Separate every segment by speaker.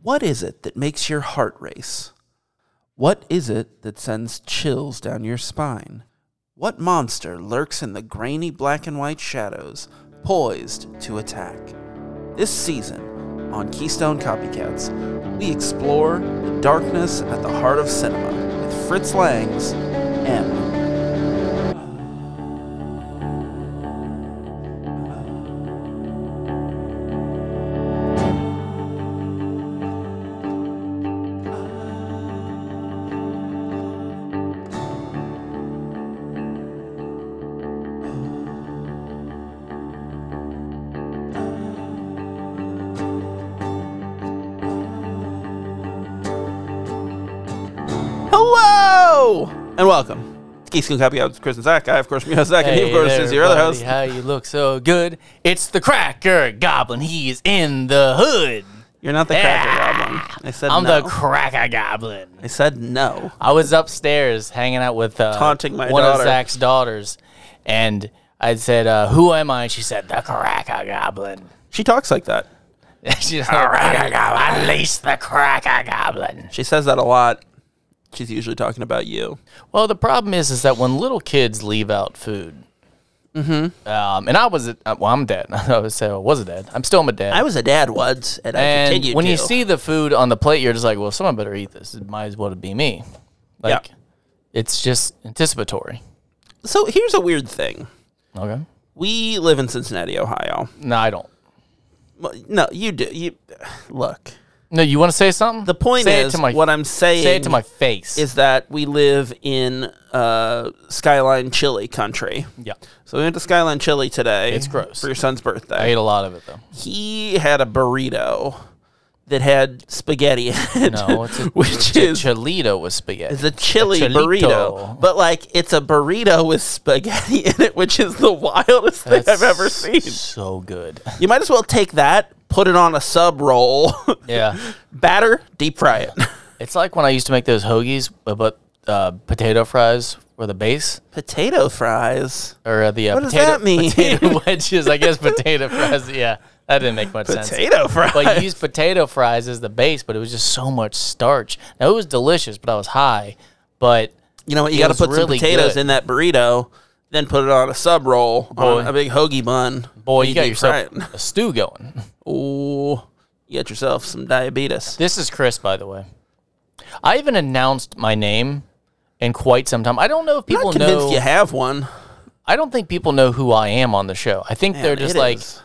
Speaker 1: What is it that makes your heart race? What is it that sends chills down your spine? What monster lurks in the grainy black and white shadows, poised to attack? This season, on Keystone Copycats, we explore the darkness at the heart of cinema with Fritz Lang's M. Hello and welcome. It's Keystone Copycats. Chris and Zach. I, of course, am Zach, and he, of course,
Speaker 2: there,
Speaker 1: is your other
Speaker 2: buddy.
Speaker 1: host.
Speaker 2: How you look so good? It's the Cracker Goblin. He is in the hood.
Speaker 1: You're not the
Speaker 2: Yeah.
Speaker 1: cracker goblin. I said
Speaker 2: I'm
Speaker 1: no.
Speaker 2: the Cracker Goblin.
Speaker 1: I said no.
Speaker 2: I was upstairs hanging out with uh,
Speaker 1: Taunting my
Speaker 2: one
Speaker 1: daughter.
Speaker 2: of Zach's daughters, and I said, uh, "Who am I?" And she said, "The Cracker Goblin."
Speaker 1: She talks like that.
Speaker 2: She's like, "Cracker Goblin, unleash the Cracker Goblin."
Speaker 1: She says that a lot. She's usually talking about you.
Speaker 2: Well, the problem is, is that when little kids leave out food. Mm-hmm. Um, and I was, a- uh, well, I'm dead. I was, I was a dad. I'm still a dad.
Speaker 1: I was a dad once, and, I
Speaker 2: And
Speaker 1: continue
Speaker 2: when
Speaker 1: to.
Speaker 2: you see the food on the plate, you're just like, well, someone better eat this. It might as well be me. Like, it's just anticipatory.
Speaker 1: so here's a weird thing.
Speaker 2: Okay.
Speaker 1: We live in Cincinnati, Ohio.
Speaker 2: No, I don't.
Speaker 1: Well, No, you do. You look.
Speaker 2: No, you want to say something?
Speaker 1: The point
Speaker 2: say
Speaker 1: is,
Speaker 2: it to my,
Speaker 1: what I'm saying
Speaker 2: say it to my face.
Speaker 1: is that we live in uh, skyline chili country.
Speaker 2: yeah,
Speaker 1: So we went to Skyline Chili today.
Speaker 2: It's gross.
Speaker 1: for your son's birthday.
Speaker 2: I ate a lot of it though.
Speaker 1: he had a burrito that had spaghetti in it.
Speaker 2: No, it's a,
Speaker 1: which
Speaker 2: it's a
Speaker 1: is
Speaker 2: chilito with spaghetti.
Speaker 1: It's a chili
Speaker 2: A chilito.
Speaker 1: burrito, but like it's a burrito with spaghetti in it, which is the wildest thing
Speaker 2: That's
Speaker 1: I've ever seen.
Speaker 2: So good.
Speaker 1: You might as well take that, put it on a sub roll,
Speaker 2: Yeah,
Speaker 1: batter, deep fry it.
Speaker 2: it's like when I used to make those hoagies, but- but uh, potato fries were the base.
Speaker 1: Potato fries,
Speaker 2: or uh, the uh,
Speaker 1: What does
Speaker 2: potato,
Speaker 1: that mean?
Speaker 2: potato wedges. I guess potato fries. Yeah, that didn't make much sense.
Speaker 1: potato fries.
Speaker 2: But you used potato fries as the base, but it was just so much starch. Now it was delicious, but I was high. But
Speaker 1: you know what? You
Speaker 2: it
Speaker 1: got to
Speaker 2: was
Speaker 1: put some
Speaker 2: really
Speaker 1: potatoes
Speaker 2: good.
Speaker 1: in that burrito, then put it on a sub roll on
Speaker 2: Boy.
Speaker 1: a big hoagie bun.
Speaker 2: boy, you, got
Speaker 1: deep fry
Speaker 2: yourself a stew going.
Speaker 1: it. Ooh, you got yourself some diabetes.
Speaker 2: This is Chris, by the way. I even announced my name in quite some time. I don't know if
Speaker 1: I'm
Speaker 2: people
Speaker 1: not convinced
Speaker 2: know.
Speaker 1: you have one.
Speaker 2: I don't think people know who I am on the show. I think they're
Speaker 1: Man,
Speaker 2: just
Speaker 1: it
Speaker 2: like,
Speaker 1: is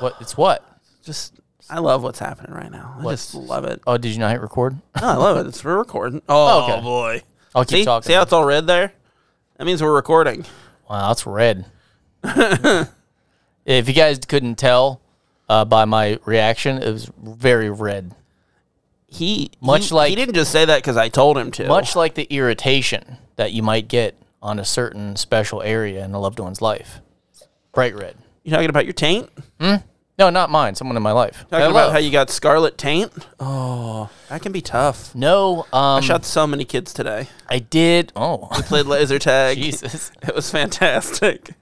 Speaker 2: what? It's what?
Speaker 1: just. I love what's happening right now. I just love it.
Speaker 2: Oh, did you not hit record?
Speaker 1: No, I love it. It's we're recording. Oh,
Speaker 2: Okay.
Speaker 1: boy.
Speaker 2: I'll keep
Speaker 1: See?
Speaker 2: talking.
Speaker 1: See how it's all red there? That means we're recording.
Speaker 2: Wow, that's red. if you guys couldn't tell uh, by my reaction, it was very red.
Speaker 1: He
Speaker 2: Much
Speaker 1: he-
Speaker 2: like-
Speaker 1: he didn't just say that because I told him to.
Speaker 2: Much like the irritation that you might get on a certain special area in a loved one's life. Bright red.
Speaker 1: you talking about your taint? Talking
Speaker 2: No, not mine. Someone in my life. That I
Speaker 1: about
Speaker 2: love.
Speaker 1: how you got scarlet taint? Oh, that can be tough.
Speaker 2: no, um, I,
Speaker 1: Shot so many kids today.
Speaker 2: did. Oh,
Speaker 1: Played laser tag.
Speaker 2: Jesus.
Speaker 1: It was fantastic.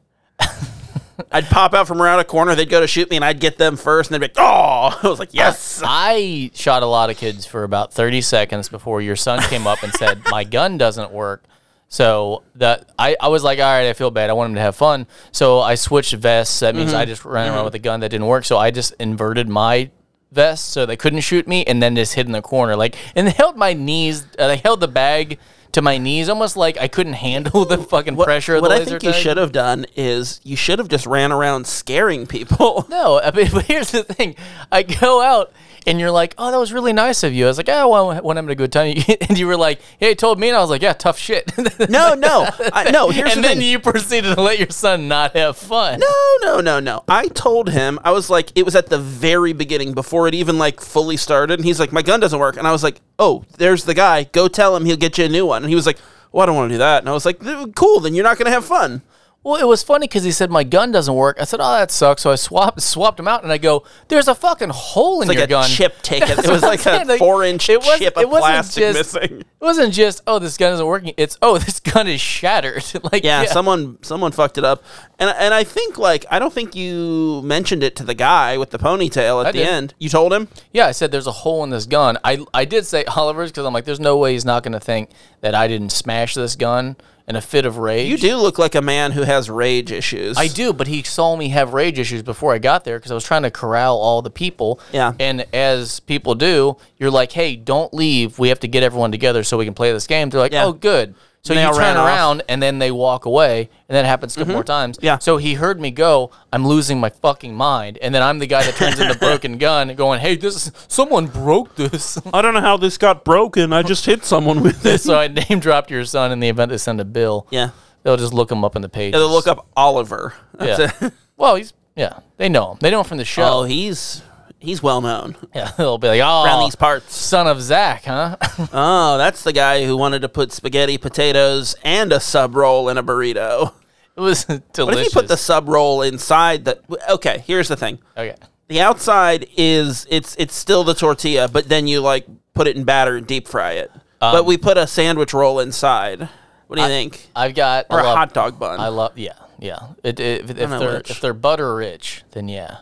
Speaker 1: I'd pop out from around a corner. They'd go to shoot me, and I'd get them first, and they'd be like, "Oh!" I was like, "Yes."
Speaker 2: I shot a lot of kids for about 30 seconds before your son came up and said, My gun doesn't work. So that I, I was like, all right, I feel bad. I want him to have fun. So I switched vests. That means I
Speaker 1: Mm-hmm.
Speaker 2: just ran around with a gun that didn't work. So I just inverted my vest so they couldn't shoot me and then just hid in the corner. Like, and they held my knees, uh, they held the bag to my knees almost like I couldn't handle the fucking pressure of
Speaker 1: what
Speaker 2: the
Speaker 1: I
Speaker 2: laser
Speaker 1: think you
Speaker 2: tag.
Speaker 1: should have done is you should have just ran around scaring people.
Speaker 2: No, I mean, but here's the thing. I go out and you're like, oh, that was really nice of you. I was like, oh, well, when I'm having a good time. And you were like, hey, told me. And I was like, yeah, tough shit.
Speaker 1: No, no, I, no. Here's
Speaker 2: and
Speaker 1: the
Speaker 2: then
Speaker 1: thing.
Speaker 2: you proceeded to let your son not have fun.
Speaker 1: no, no, no, no. I told him I was like, it was at the very beginning before it even like fully started, and he's like, my gun doesn't work, and I was like, oh, there's the guy. Go tell him he'll get you a new one, and he was like, well, I don't want to do that, and I was like, "Th- cool, then you're not gonna have fun.
Speaker 2: Well, it was funny because he said my gun doesn't work. I said, "Oh, that sucks." So I swapped swapped him out, and I go, "There's a fucking hole in
Speaker 1: like
Speaker 2: your
Speaker 1: a
Speaker 2: gun."
Speaker 1: chip taken.
Speaker 2: That's
Speaker 1: It was
Speaker 2: what I'm
Speaker 1: like
Speaker 2: saying,
Speaker 1: a four inch
Speaker 2: it wasn't-
Speaker 1: chip of
Speaker 2: it wasn't
Speaker 1: plastic
Speaker 2: just-
Speaker 1: missing.
Speaker 2: It wasn't just, "Oh, this gun isn't working." It's, "Oh, this gun is shattered." like,
Speaker 1: Yeah, someone someone fucked it up, and and I think like I don't think you mentioned it to the guy with the ponytail at
Speaker 2: I
Speaker 1: the
Speaker 2: did.
Speaker 1: end. You told him.
Speaker 2: Yeah, I said there's a hole in this gun. I I did say Oliver's because I'm like, there's no way he's not going to think that I didn't smash this gun in a fit of rage.
Speaker 1: You do look like a man who has rage issues.
Speaker 2: I do, but he saw me have rage issues before I got there because I was trying to corral all the people.
Speaker 1: Yeah.
Speaker 2: And as people do, you're like, hey, don't leave. We have to get everyone together so we can play this game. They're like,
Speaker 1: Yeah.
Speaker 2: oh, good. So
Speaker 1: And they
Speaker 2: you
Speaker 1: all ran
Speaker 2: turn
Speaker 1: off. Mm-hmm.
Speaker 2: around and then they walk away, and that happens a couple more times.
Speaker 1: Yeah.
Speaker 2: So he heard me go, I'm losing my fucking mind, and then I'm the guy that turns into broken gun, going, "Hey, this is, someone broke this."
Speaker 1: I don't know how this got broken. I just hit someone with this.
Speaker 2: so I name dropped your son in the event they send a bill.
Speaker 1: Yeah.
Speaker 2: They'll just look him up in the page.
Speaker 1: They look up Oliver.
Speaker 2: Yeah. well, he's yeah. They know him. They know him from the show.
Speaker 1: oh, he's he's well known
Speaker 2: Yeah, they'll be like, oh,
Speaker 1: around these parts.
Speaker 2: son of Zach, huh?
Speaker 1: Oh, that's the guy who wanted to put spaghetti, potatoes, and a sub roll in a burrito.
Speaker 2: it was delicious.
Speaker 1: What if you put the sub roll inside the? Okay, here's the thing.
Speaker 2: Okay.
Speaker 1: The outside is it's it's still the tortilla, but then you like put it in batter and deep fry it. but we put a sandwich roll inside. What do you think?
Speaker 2: I've got
Speaker 1: Or
Speaker 2: I
Speaker 1: a
Speaker 2: love-
Speaker 1: hot dog bun.
Speaker 2: I
Speaker 1: I,
Speaker 2: love. Yeah, yeah. It, it, if, if
Speaker 1: know
Speaker 2: they're
Speaker 1: which.
Speaker 2: if they're butter rich, then yeah.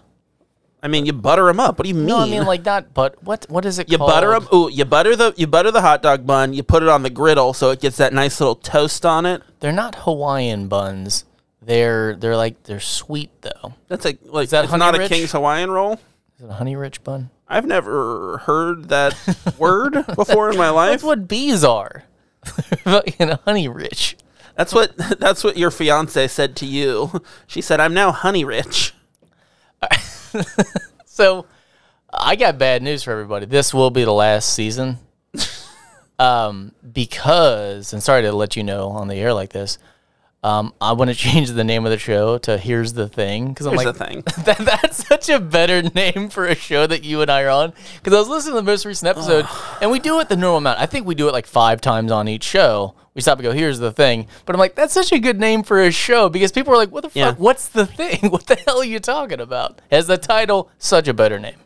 Speaker 1: mean, you butter them up. What do you mean?
Speaker 2: No, I mean like not but what what is it
Speaker 1: you
Speaker 2: called?
Speaker 1: butter 'em- Ooh, you butter the you butter the hot dog bun. You put it on the griddle so it gets that nice little toast on it.
Speaker 2: They're not Hawaiian buns. They're they're like they're sweet though.
Speaker 1: That's a like
Speaker 2: that
Speaker 1: it's not
Speaker 2: Honey Rich?
Speaker 1: a King's Hawaiian roll.
Speaker 2: Is it a honey rich bun?
Speaker 1: I've never heard that word before in my life.
Speaker 2: That's what bees are. you know, honey rich.
Speaker 1: That's what that's what your fiance said to you. She said, "I'm now honey rich."
Speaker 2: So I got bad news for everybody. This will be the last season. um, because, and sorry to let you know on the air like this, um, I want to change the name of the show to Here's the Thing. Because I'm
Speaker 1: Here's
Speaker 2: like,
Speaker 1: the thing.
Speaker 2: that, that's such a better name for a show that you and I are on. Because I was listening to the most recent episode, and we do it the normal amount. I think we do it like five times on each show. We stop and go, here's the thing. But I'm like, that's such a good name for a show because people are like, what the
Speaker 1: Yeah.
Speaker 2: fuck? What's the thing? What the hell are you talking about? As the title, such a better name.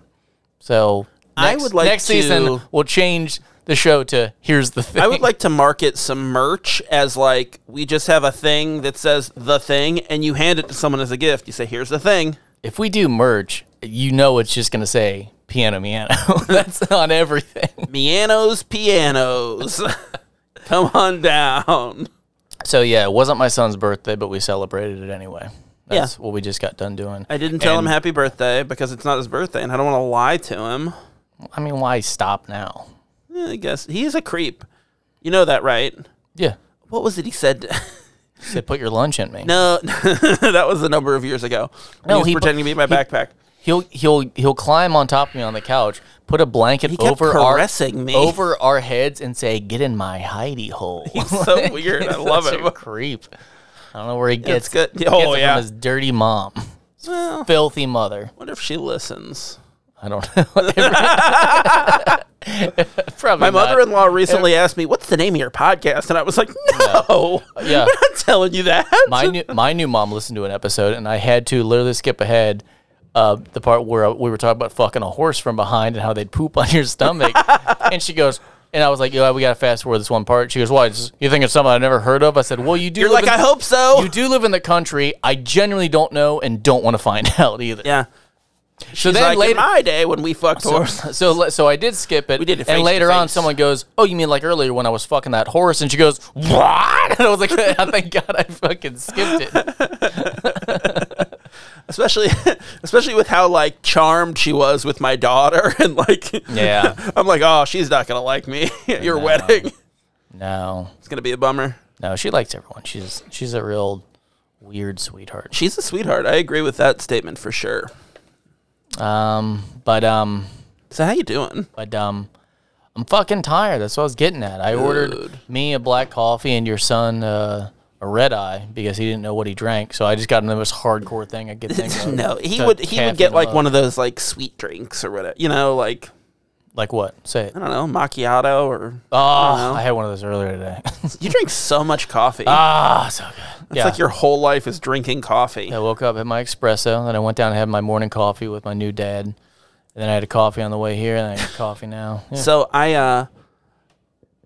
Speaker 2: So
Speaker 1: I
Speaker 2: next-
Speaker 1: would like
Speaker 2: next
Speaker 1: to-
Speaker 2: season we'll change the show to here's the thing.
Speaker 1: I would like to market some merch as like we just have a thing that says the thing, and you hand it to someone as a gift. You say, "Here's the thing."
Speaker 2: if we do merch, you know it's just gonna say piano miano. that's on everything.
Speaker 1: Mianos pianos, come on down.
Speaker 2: So yeah, it wasn't my son's birthday, but we celebrated it anyway. That's
Speaker 1: Yeah.
Speaker 2: what we just got done doing.
Speaker 1: I didn't tell
Speaker 2: And-
Speaker 1: him happy birthday because it's not his birthday, and I don't want to lie to him.
Speaker 2: I mean, why stop now?
Speaker 1: Eh, I guess he is a creep. You know that, right?
Speaker 2: Yeah,
Speaker 1: What was it he said?
Speaker 2: Say, put your lunch in me.
Speaker 1: no, that was a number of years ago. when
Speaker 2: No,
Speaker 1: he was
Speaker 2: he bu-
Speaker 1: pretending to be my backpack.
Speaker 2: He'll he'll he'll climb on top of me on the couch, put a blanket
Speaker 1: kept
Speaker 2: over our
Speaker 1: caressing me.
Speaker 2: over our heads, and say, "Get in my hidey hole."
Speaker 1: so weird. I
Speaker 2: He's
Speaker 1: love
Speaker 2: such
Speaker 1: it.
Speaker 2: a creep. I don't know where he gets.
Speaker 1: It's good.
Speaker 2: he gets
Speaker 1: Oh
Speaker 2: it
Speaker 1: yeah.
Speaker 2: from his dirty mom,
Speaker 1: Well,
Speaker 2: filthy mother.
Speaker 1: wonder if she listens.
Speaker 2: I don't know. Probably
Speaker 1: My
Speaker 2: not.
Speaker 1: mother-in-law recently asked me, "What's the name of your podcast?" And I was like, "No,
Speaker 2: Yeah.
Speaker 1: we're not telling you that."
Speaker 2: my new my new mom listened to an episode, and I had to literally skip ahead uh, the part where we were talking about fucking a horse from behind and how they'd poop on your stomach. and she goes, and I was like, "Yo, we gotta fast forward this one part." She goes, "Why? It's- You think it's something I've never heard of?" I said, "Well, you do."
Speaker 1: You're
Speaker 2: live
Speaker 1: like,
Speaker 2: in-
Speaker 1: "I hope so."
Speaker 2: You do live in the country. I genuinely don't know and don't want to find out either.
Speaker 1: yeah.
Speaker 2: so
Speaker 1: She's
Speaker 2: then
Speaker 1: like, in
Speaker 2: later,
Speaker 1: my day when we fucked horses.
Speaker 2: so le- so I did skip it. We
Speaker 1: did it face
Speaker 2: and
Speaker 1: to
Speaker 2: later on,
Speaker 1: face.
Speaker 2: someone goes, "Oh, you mean like earlier when I was fucking that horse?" And she goes, "What?" And I was like, "I "Thank God I fucking skipped it."
Speaker 1: especially especially with how like charmed she was with my daughter, and like,
Speaker 2: Yeah.
Speaker 1: I'm like, "Oh, she's not gonna like me at your wedding.
Speaker 2: No,
Speaker 1: It's gonna be a bummer."
Speaker 2: no, she likes everyone. She's she's a real weird sweetheart.
Speaker 1: She's a sweetheart. I agree with that statement for sure.
Speaker 2: Um, but um,
Speaker 1: So how you doing?
Speaker 2: but um, I'm fucking tired. That's what I was getting at. I ordered me a black coffee and your son uh, a red eye because he didn't know what he drank. So I just got him the most hardcore thing I could think of.
Speaker 1: No, he
Speaker 2: Uh, to
Speaker 1: would he would
Speaker 2: caffeine
Speaker 1: get
Speaker 2: him
Speaker 1: like
Speaker 2: up.
Speaker 1: one of those like sweet drinks or whatever. You know, like
Speaker 2: Like what? Say it.
Speaker 1: I don't know, macchiato or
Speaker 2: Oh,
Speaker 1: know.
Speaker 2: I, had one of those earlier today.
Speaker 1: you drink so much coffee.
Speaker 2: ah, so good.
Speaker 1: it's
Speaker 2: yeah.
Speaker 1: like your whole life is drinking coffee.
Speaker 2: I woke up, had my espresso, then I went down and had my morning coffee with my new dad. And then I had a coffee on the way here, and I had coffee now. Yeah.
Speaker 1: So I uh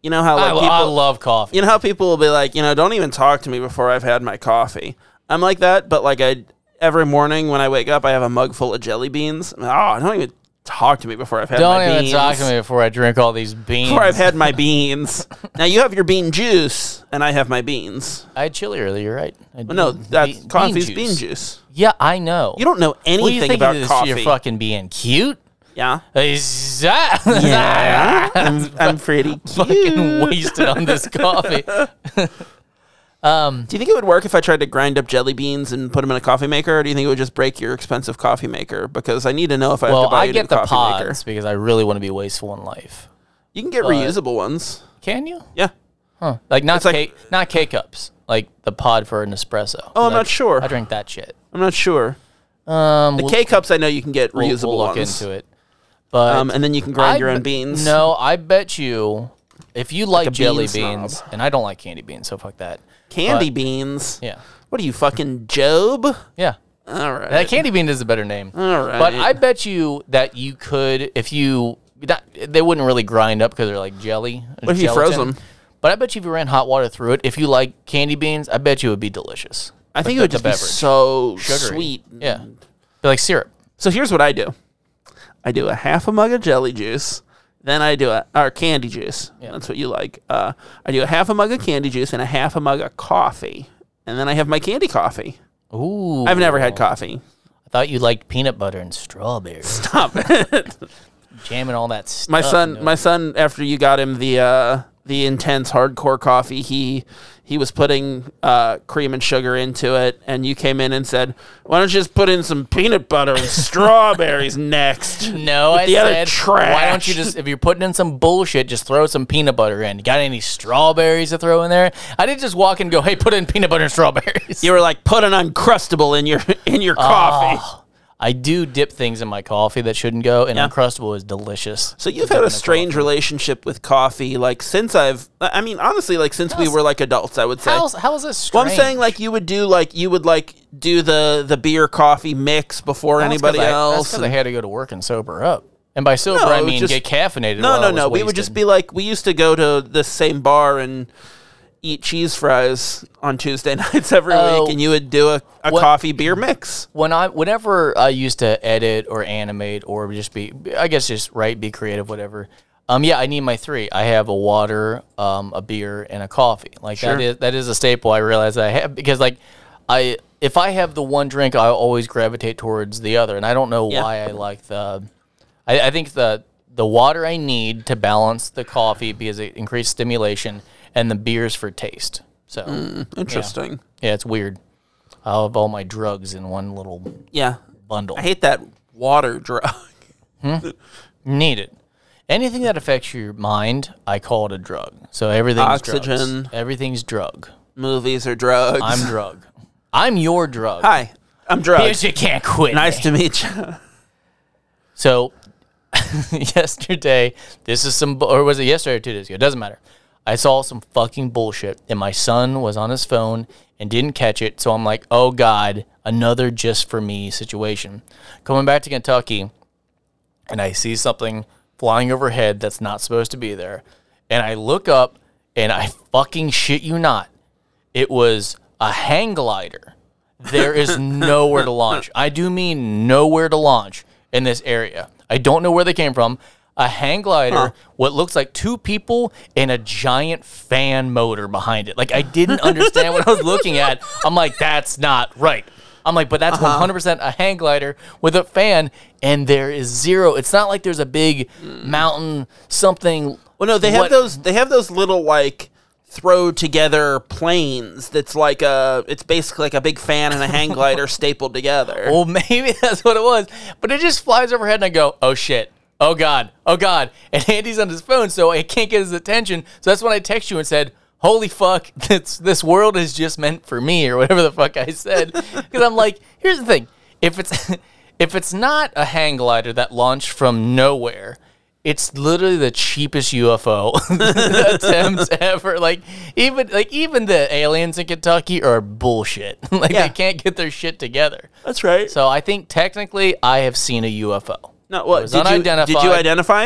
Speaker 1: you know how
Speaker 2: I,
Speaker 1: like
Speaker 2: lo-
Speaker 1: people
Speaker 2: I love coffee.
Speaker 1: you know how people will be like, you know, don't even talk to me before I've had my coffee. I'm like that, but like I every morning when I wake up, I have a mug full of jelly beans. I'm like, oh, don't even talk to me before I've had
Speaker 2: Don't
Speaker 1: my
Speaker 2: even
Speaker 1: beans.
Speaker 2: talk to me before I drink all these beans.
Speaker 1: Before I've had my beans. now you have your bean juice, and I have my beans.
Speaker 2: I had chili earlier, right? I
Speaker 1: But no,
Speaker 2: did
Speaker 1: that's
Speaker 2: be-
Speaker 1: coffee's bean juice.
Speaker 2: Yeah, I know.
Speaker 1: You don't know anything
Speaker 2: what do you think
Speaker 1: about
Speaker 2: of this?
Speaker 1: coffee.
Speaker 2: You're fucking being cute.
Speaker 1: yeah.
Speaker 2: Is that-
Speaker 1: Yeah, I'm, I'm pretty cute.
Speaker 2: fucking wasted on this coffee.
Speaker 1: Do you think it would work if I tried to grind up jelly beans and put them in a coffee maker, or do you think it would just break your expensive coffee maker? Because I need to know if I have
Speaker 2: Well,
Speaker 1: to buy
Speaker 2: I
Speaker 1: a new
Speaker 2: get the
Speaker 1: coffee
Speaker 2: pods
Speaker 1: maker.
Speaker 2: because I really want to be wasteful in life.
Speaker 1: You can get reusable ones.
Speaker 2: Can you?
Speaker 1: Yeah.
Speaker 2: Huh. Like not
Speaker 1: like-
Speaker 2: K, not K cups. Like the pod for an espresso.
Speaker 1: Oh, I'm
Speaker 2: Like,
Speaker 1: not sure.
Speaker 2: I drink that shit.
Speaker 1: I'm not sure.
Speaker 2: Um, we'll,
Speaker 1: K cups, I know you can get
Speaker 2: we'll-
Speaker 1: reusable
Speaker 2: we'll look
Speaker 1: ones.
Speaker 2: into it. But
Speaker 1: Um, and then you can grind
Speaker 2: I
Speaker 1: your own
Speaker 2: be-
Speaker 1: beans.
Speaker 2: No, I bet you if you like,
Speaker 1: a
Speaker 2: jelly
Speaker 1: bean snob.
Speaker 2: beans, and I don't like candy beans, so fuck that.
Speaker 1: candy beans.
Speaker 2: Yeah,
Speaker 1: What are you fucking Job?
Speaker 2: yeah.
Speaker 1: All right.
Speaker 2: That candy bean is a better name.
Speaker 1: All right.
Speaker 2: But I bet you that you could, if you, that, they wouldn't really grind up because they're like jelly. What
Speaker 1: if you froze them?
Speaker 2: But I bet you if you ran hot water through it, if you like candy beans, I bet you it would be delicious.
Speaker 1: I think it
Speaker 2: the-
Speaker 1: would
Speaker 2: the
Speaker 1: just be
Speaker 2: beverage.
Speaker 1: so
Speaker 2: Sugary.
Speaker 1: sweet.
Speaker 2: Yeah. Be like syrup.
Speaker 1: So here's what I do. I do a half a mug of jelly juice. Then I do a or candy juice. That's what you like. Uh, I do a half a mug of candy juice and a half a mug of coffee, and then I have my candy coffee.
Speaker 2: Ooh.
Speaker 1: I've never had coffee.
Speaker 2: I thought you liked peanut butter and strawberries.
Speaker 1: Stop it.
Speaker 2: Jam and all that stuff.
Speaker 1: my son, my son, after you got him the uh, the intense hardcore coffee, he he was putting uh, cream and sugar into it, and you came in and said, "Why don't you just put in some peanut butter and strawberries next?"
Speaker 2: No, I
Speaker 1: the other
Speaker 2: said,
Speaker 1: trash.
Speaker 2: why don't you just, if you're putting in some bullshit, just throw some peanut butter in. You got any strawberries to throw in there? I didn't just walk in and go, hey, put in peanut butter and strawberries.
Speaker 1: You were like, "Put an uncrustable in your in your coffee."
Speaker 2: Ah. Oh, I do dip things in my coffee that shouldn't go, and
Speaker 1: Yeah.
Speaker 2: Uncrustable is delicious.
Speaker 1: So you've had a strange relationship with coffee, like since I've. I mean, honestly, like since we
Speaker 2: How's-
Speaker 1: were like adults, I would say.
Speaker 2: How's, how is this
Speaker 1: well,
Speaker 2: strange?
Speaker 1: I'm saying like you would do like you would like do the the beer coffee mix before
Speaker 2: That's 'cause
Speaker 1: anybody
Speaker 2: I- That's
Speaker 1: else.
Speaker 2: because I had to go to work and sober up. And by sober,
Speaker 1: No,
Speaker 2: I
Speaker 1: it was
Speaker 2: mean
Speaker 1: just-
Speaker 2: get caffeinated.
Speaker 1: no,
Speaker 2: while
Speaker 1: no,
Speaker 2: I was
Speaker 1: no. We would
Speaker 2: wasted.
Speaker 1: just be like we used to go to the same bar and eat cheese fries on Tuesday nights every
Speaker 2: Oh.
Speaker 1: week, and you would do a, a
Speaker 2: What-
Speaker 1: coffee beer mix.
Speaker 2: when I whenever I used to edit or animate or just be I guess just write, be creative, whatever. Um, yeah, I need my three. I have a water, um, a beer, and a coffee. Like that is that is a staple. I realize I have because like I if I have the one drink, I always gravitate towards the other, and I don't know
Speaker 1: Yeah.
Speaker 2: why I like the. I, I think the the water I need to balance the coffee because it increased stimulation, and the beers for taste. So
Speaker 1: Interesting.
Speaker 2: yeah, it's weird. I'll have all my drugs in one little
Speaker 1: yeah.
Speaker 2: bundle.
Speaker 1: I hate that water drug.
Speaker 2: Need it. Anything that affects your mind, I call it a drug. So everything's
Speaker 1: Oxygen.
Speaker 2: Drugs. Everything's drug.
Speaker 1: Movies or drugs.
Speaker 2: I'm drug. I'm your drug.
Speaker 1: Hi, I'm drugs.
Speaker 2: Because you can't quit.
Speaker 1: Nice
Speaker 2: me.
Speaker 1: to meet you.
Speaker 2: So yesterday, this is some, bu- or was it yesterday or two days ago? It doesn't matter. I saw some fucking bullshit, and my son was on his phone and didn't catch it. So I'm like, oh god, another just for me situation. Coming back to Kentucky, and I see something flying overhead that's not supposed to be there, and I look up, and I fucking shit you not, it was a hang glider. There is nowhere to launch. I do mean nowhere to launch in this area. I don't know where they came from. A hang glider, what looks like two people and a giant fan motor behind it. Like I didn't understand what I was looking at. I'm like, that's not right. I'm like, but
Speaker 1: Uh-huh.
Speaker 2: that's 100% a hang glider with a fan, and there is zero. It's not like there's a big mountain something.
Speaker 1: Hmm. Well, no, they have
Speaker 2: What-
Speaker 1: those. They have those little like throw together planes. That's like a. It's basically like a big fan and a hang glider stapled together.
Speaker 2: Well, maybe that's what it was. But it just flies overhead, and I go, oh shit. Oh God. Oh God. And Andy's on his phone, so I can't get his attention. So that's when I text you and said, holy fuck, this, this world is just meant for me, or whatever the fuck I said. Because I'm like, here's the thing if it's. If it's not a hang glider that launched from nowhere, it's literally the cheapest UFO attempt ever. Like even like even the aliens in Kentucky are bullshit. like
Speaker 1: Yeah.
Speaker 2: they can't get their shit together.
Speaker 1: That's right.
Speaker 2: So I think technically I have seen a UFO.
Speaker 1: no, what
Speaker 2: was
Speaker 1: did you, did you
Speaker 2: unidentified.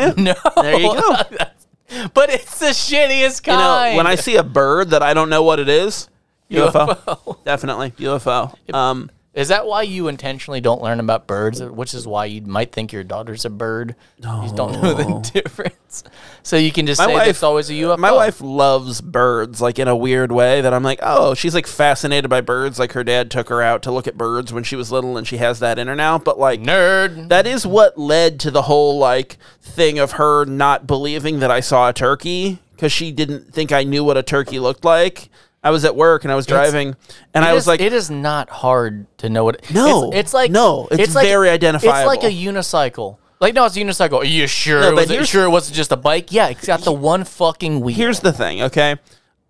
Speaker 1: identify it?
Speaker 2: No.
Speaker 1: There you go.
Speaker 2: but it's the shittiest
Speaker 1: You
Speaker 2: kind.
Speaker 1: know, when I see a bird that I don't know what it is, UFO. Definitely UFO. Um,
Speaker 2: Is that why you intentionally don't learn about birds? Which is why you might think your daughter's a bird. You just don't know the difference. So you can just say that it's always a UFO.
Speaker 1: My wife loves birds, like in a weird way that I'm like, oh, she's like fascinated by birds. Like her dad took her out to look at birds when she was little, and she has that in her now. But like,
Speaker 2: Nerd.
Speaker 1: that is what led to the whole like thing of her not believing that I saw a turkey because she didn't think I knew what a turkey looked like. I was at work and I was driving, and I
Speaker 2: It
Speaker 1: was
Speaker 2: is-
Speaker 1: like,
Speaker 2: it is not hard to know what.
Speaker 1: No.
Speaker 2: it's, it's like
Speaker 1: No, it's very identifiable.
Speaker 2: It's like a unicycle. Like no, it's a unicycle. Are you sure?
Speaker 1: No, but
Speaker 2: was it
Speaker 1: here's-
Speaker 2: sure it wasn't just a bike? Yeah, it's got the one fucking wheel.
Speaker 1: here's the thing, okay?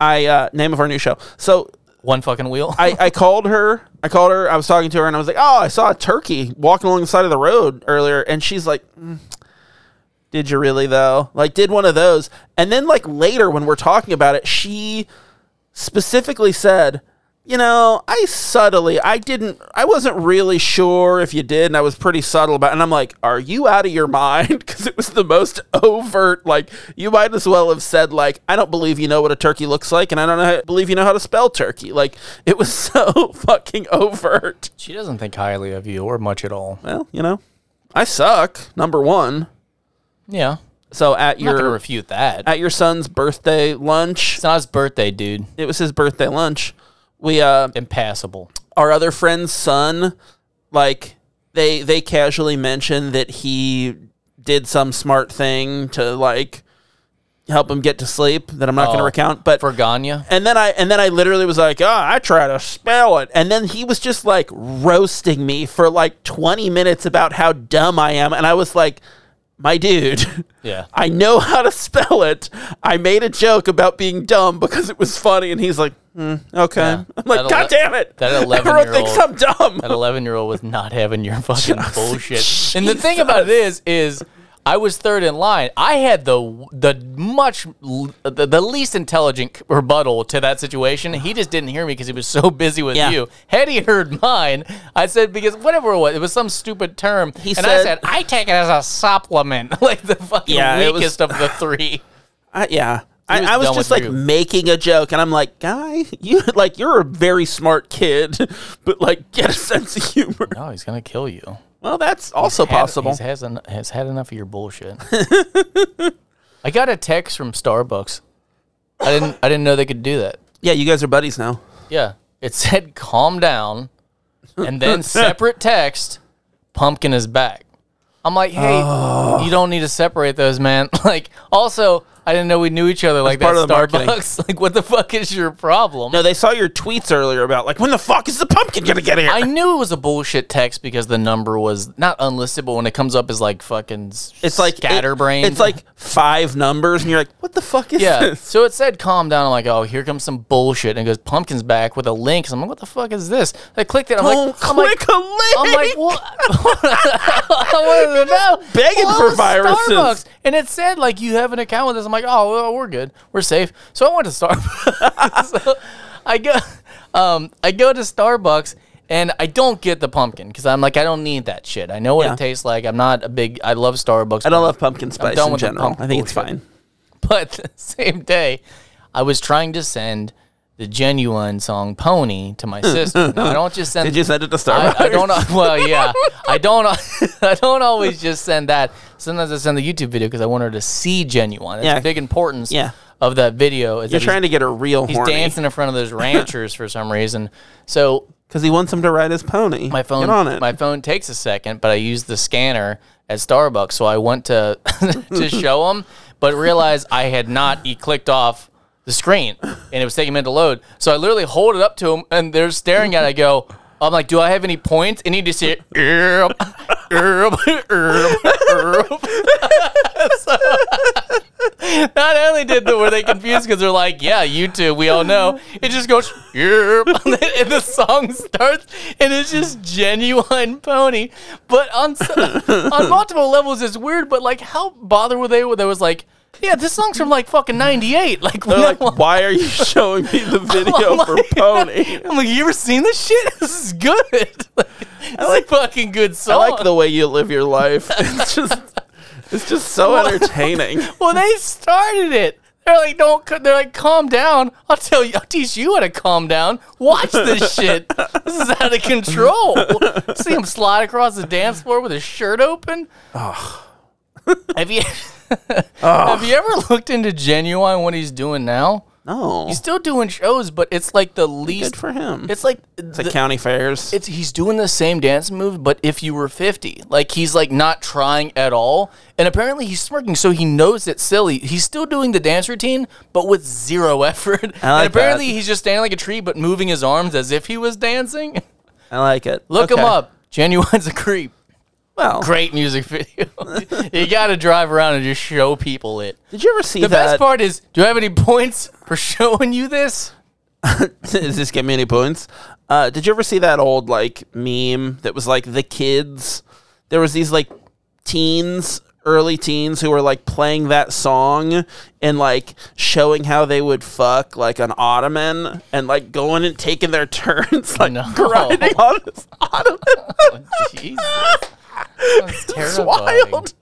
Speaker 1: I uh, name of our new show. So
Speaker 2: one fucking wheel.
Speaker 1: I, I called her. I called her. I was talking to her, and I was like, "Oh, I saw a turkey walking along the side of the road earlier." And she's like, "Mm, "Did you really though? Like, did one of those?" And then, like later, when we're talking about it, she specifically said, "You know, I subtly, I didn't, I wasn't really sure if you did, and I was pretty subtle about." It. And I'm like, "Are you out of your mind?" Because it was the most overt. Like, you might as well have said, "Like, I don't believe you know what a turkey looks like, and I don't know how, believe you know how to spell turkey." Like, it was so fucking overt.
Speaker 2: she doesn't think highly of you or much at all.
Speaker 1: Well, you know, I suck. Number one.
Speaker 2: Yeah,
Speaker 1: So at
Speaker 2: you're not gonna
Speaker 1: your
Speaker 2: refute that.
Speaker 1: at your son's birthday lunch,
Speaker 2: it's not his birthday, dude.
Speaker 1: it was his birthday lunch. We uh,
Speaker 2: Impassable.
Speaker 1: our other friend's son, like they they casually mentioned that he did some smart thing to like help him get to sleep that I'm not going to
Speaker 2: Oh.
Speaker 1: recount. But
Speaker 2: For Ganya,
Speaker 1: and then I and then I literally was like, oh, I try to spell it, and then he was just like roasting me for like 20 minutes about how dumb I am, and I was like, my dude.
Speaker 2: yeah.
Speaker 1: I know how to spell it. I made a joke about being dumb because it was funny, and he's like, "Hmm, "Okay."
Speaker 2: Yeah.
Speaker 1: I'm like,
Speaker 2: That
Speaker 1: "God
Speaker 2: ele-
Speaker 1: damn it!"
Speaker 2: that
Speaker 1: everyone thinks I'm
Speaker 2: 11-year-old
Speaker 1: dumb.
Speaker 2: an 11 year old with not having your fucking bullshit. And the thing about it is, is I was third in line. I had the the much l- the, the least intelligent rebuttal to that situation. He just didn't hear me because he was so busy with
Speaker 1: Yeah.
Speaker 2: you. Had he heard mine, I said because whatever it was, it was some stupid term. and I
Speaker 1: said-
Speaker 2: said I take it as a supplement, like the fucking
Speaker 1: Yeah, it was-
Speaker 2: weakest of the three.
Speaker 1: I, yeah, I,
Speaker 2: was
Speaker 1: I was
Speaker 2: dumb
Speaker 1: just
Speaker 2: with
Speaker 1: like
Speaker 2: you.
Speaker 1: making a joke, and I'm like, "Guy, you like you're a very smart kid, but like get a sense of humor."
Speaker 2: No, he's gonna kill you.
Speaker 1: Well, that's also
Speaker 2: had-
Speaker 1: possible.
Speaker 2: He's has, en- has had enough of your bullshit. I got a text from Starbucks. I didn't I didn't know they could do that.
Speaker 1: yeah, you guys are buddies now.
Speaker 2: Yeah. It said calm down and then separate text pumpkin is back. I'm like, "Hey,
Speaker 1: Oh.
Speaker 2: you don't need to separate those, man." Like also, I didn't know we knew each other like that
Speaker 1: part of the marketing.
Speaker 2: Starbucks. Like what the fuck is your problem?
Speaker 1: No, they saw your tweets earlier about like, "When the fuck is the pumpkin gonna get here?"
Speaker 2: I knew it was a bullshit text because the number was not unlisted, but when it comes up as like fucking s-
Speaker 1: it's like it-
Speaker 2: scatterbrained.
Speaker 1: it's like five numbers, and you're like, "What the fuck is
Speaker 2: Yeah.
Speaker 1: this?"
Speaker 2: So it said calm down. I'm like, oh, here comes some bullshit. And it goes, pumpkin's back with a link. So I'm like, what the fuck is this? I clicked it. I'm
Speaker 1: Oh,
Speaker 2: like, I'm like,
Speaker 1: click a link.
Speaker 2: I'm like, what? I wanted to know.
Speaker 1: begging
Speaker 2: Well,
Speaker 1: for
Speaker 2: it was
Speaker 1: viruses.
Speaker 2: Starbucks. And it said, like, you have an account with us. I'm like, oh, well, we're good. We're safe. So I went to Starbucks. so I go, um, I go to Starbucks. And I don't get the pumpkin because I'm like I don't need that shit. I know what
Speaker 1: Yeah.
Speaker 2: it tastes like. I'm not a big. I love Starbucks.
Speaker 1: I don't love pumpkin spice
Speaker 2: done
Speaker 1: in
Speaker 2: with the
Speaker 1: general.
Speaker 2: pump
Speaker 1: I think it's
Speaker 2: bullshit.
Speaker 1: fine.
Speaker 2: But the same day, I was trying to send the genuine song "Pony" to my sister. Now, I don't just send.
Speaker 1: Did you send it to
Speaker 2: I,
Speaker 1: Starbucks?
Speaker 2: I don't. al- Well, yeah, I don't. al- I don't always just send that. Sometimes I send the YouTube video because I want her to see genuine. It's
Speaker 1: Yeah.
Speaker 2: a big importance.
Speaker 1: Yeah.
Speaker 2: Of that video is
Speaker 1: You're
Speaker 2: that he's-
Speaker 1: trying to get a real
Speaker 2: he's,
Speaker 1: horny
Speaker 2: dancing in front of those ranchers for some reason. So
Speaker 1: because he wants him to ride his pony.
Speaker 2: my phone
Speaker 1: Get on it.
Speaker 2: my phone takes a second, but I use the scanner at Starbucks, so I went to to show them, but realized I had not e- clicked off the screen, and it was taking a minute to load. So I literally hold it up to them, and they're staring at. it. I go, I'm like, do I have any points? And he just said, erp, erp, erp, erp. So, not only did the, were they confused because they're like, yeah, you two, we all know. It just goes, "Yerp," and the song starts, and it's just genuine pony. But on s- on multiple levels, it's weird. But like, how bothered were they? Where they was like, yeah, this song's from like fucking '98. Like, we
Speaker 1: They're like,
Speaker 2: don't want-
Speaker 1: why are you showing me the video
Speaker 2: Oh
Speaker 1: for
Speaker 2: my
Speaker 1: Pony?
Speaker 2: I'm like, you ever seen this shit? This is good. Like, I like fucking good
Speaker 1: I
Speaker 2: song.
Speaker 1: like the way you live your life. It's just, it's just so entertaining.
Speaker 2: Well, they started it. They're like, don't. c- They're like, calm down. I'll tell you. I'll teach you how to calm down. Watch this shit. This is out of control. See him slide across the dance floor with his shirt open. Have you? Have you ever looked into genuine what he's doing now?
Speaker 1: No,
Speaker 2: He's still doing shows, but it's like the least.
Speaker 1: good for him. It's
Speaker 2: It's like
Speaker 1: like
Speaker 2: the-
Speaker 1: county fairs.
Speaker 2: it's he's doing the same dance move, but if you were fifty, like he's like not trying at all, and apparently he's smirking, so he knows it's silly. He's still doing the dance routine, but with zero effort. and apparently
Speaker 1: that.
Speaker 2: he's just standing like a tree, but moving his arms as if he was dancing.
Speaker 1: I like it.
Speaker 2: Look
Speaker 1: Okay.
Speaker 2: him up. Genuine's a creep.
Speaker 1: Well,
Speaker 2: Great music video. you got to drive around and just show people it.
Speaker 1: did you ever see
Speaker 2: The best
Speaker 1: that?
Speaker 2: part is, do you have any points for showing you this?
Speaker 1: Does this get me any points? Uh, did you ever see that old like meme that was like the kids? There was these like teens, early teens who were like playing that song and like showing how they would fuck like an ottoman and like going and taking their turns like
Speaker 2: No.
Speaker 1: grinding on this ottoman.
Speaker 2: Oh, Jesus. That's terrifying.
Speaker 1: wild.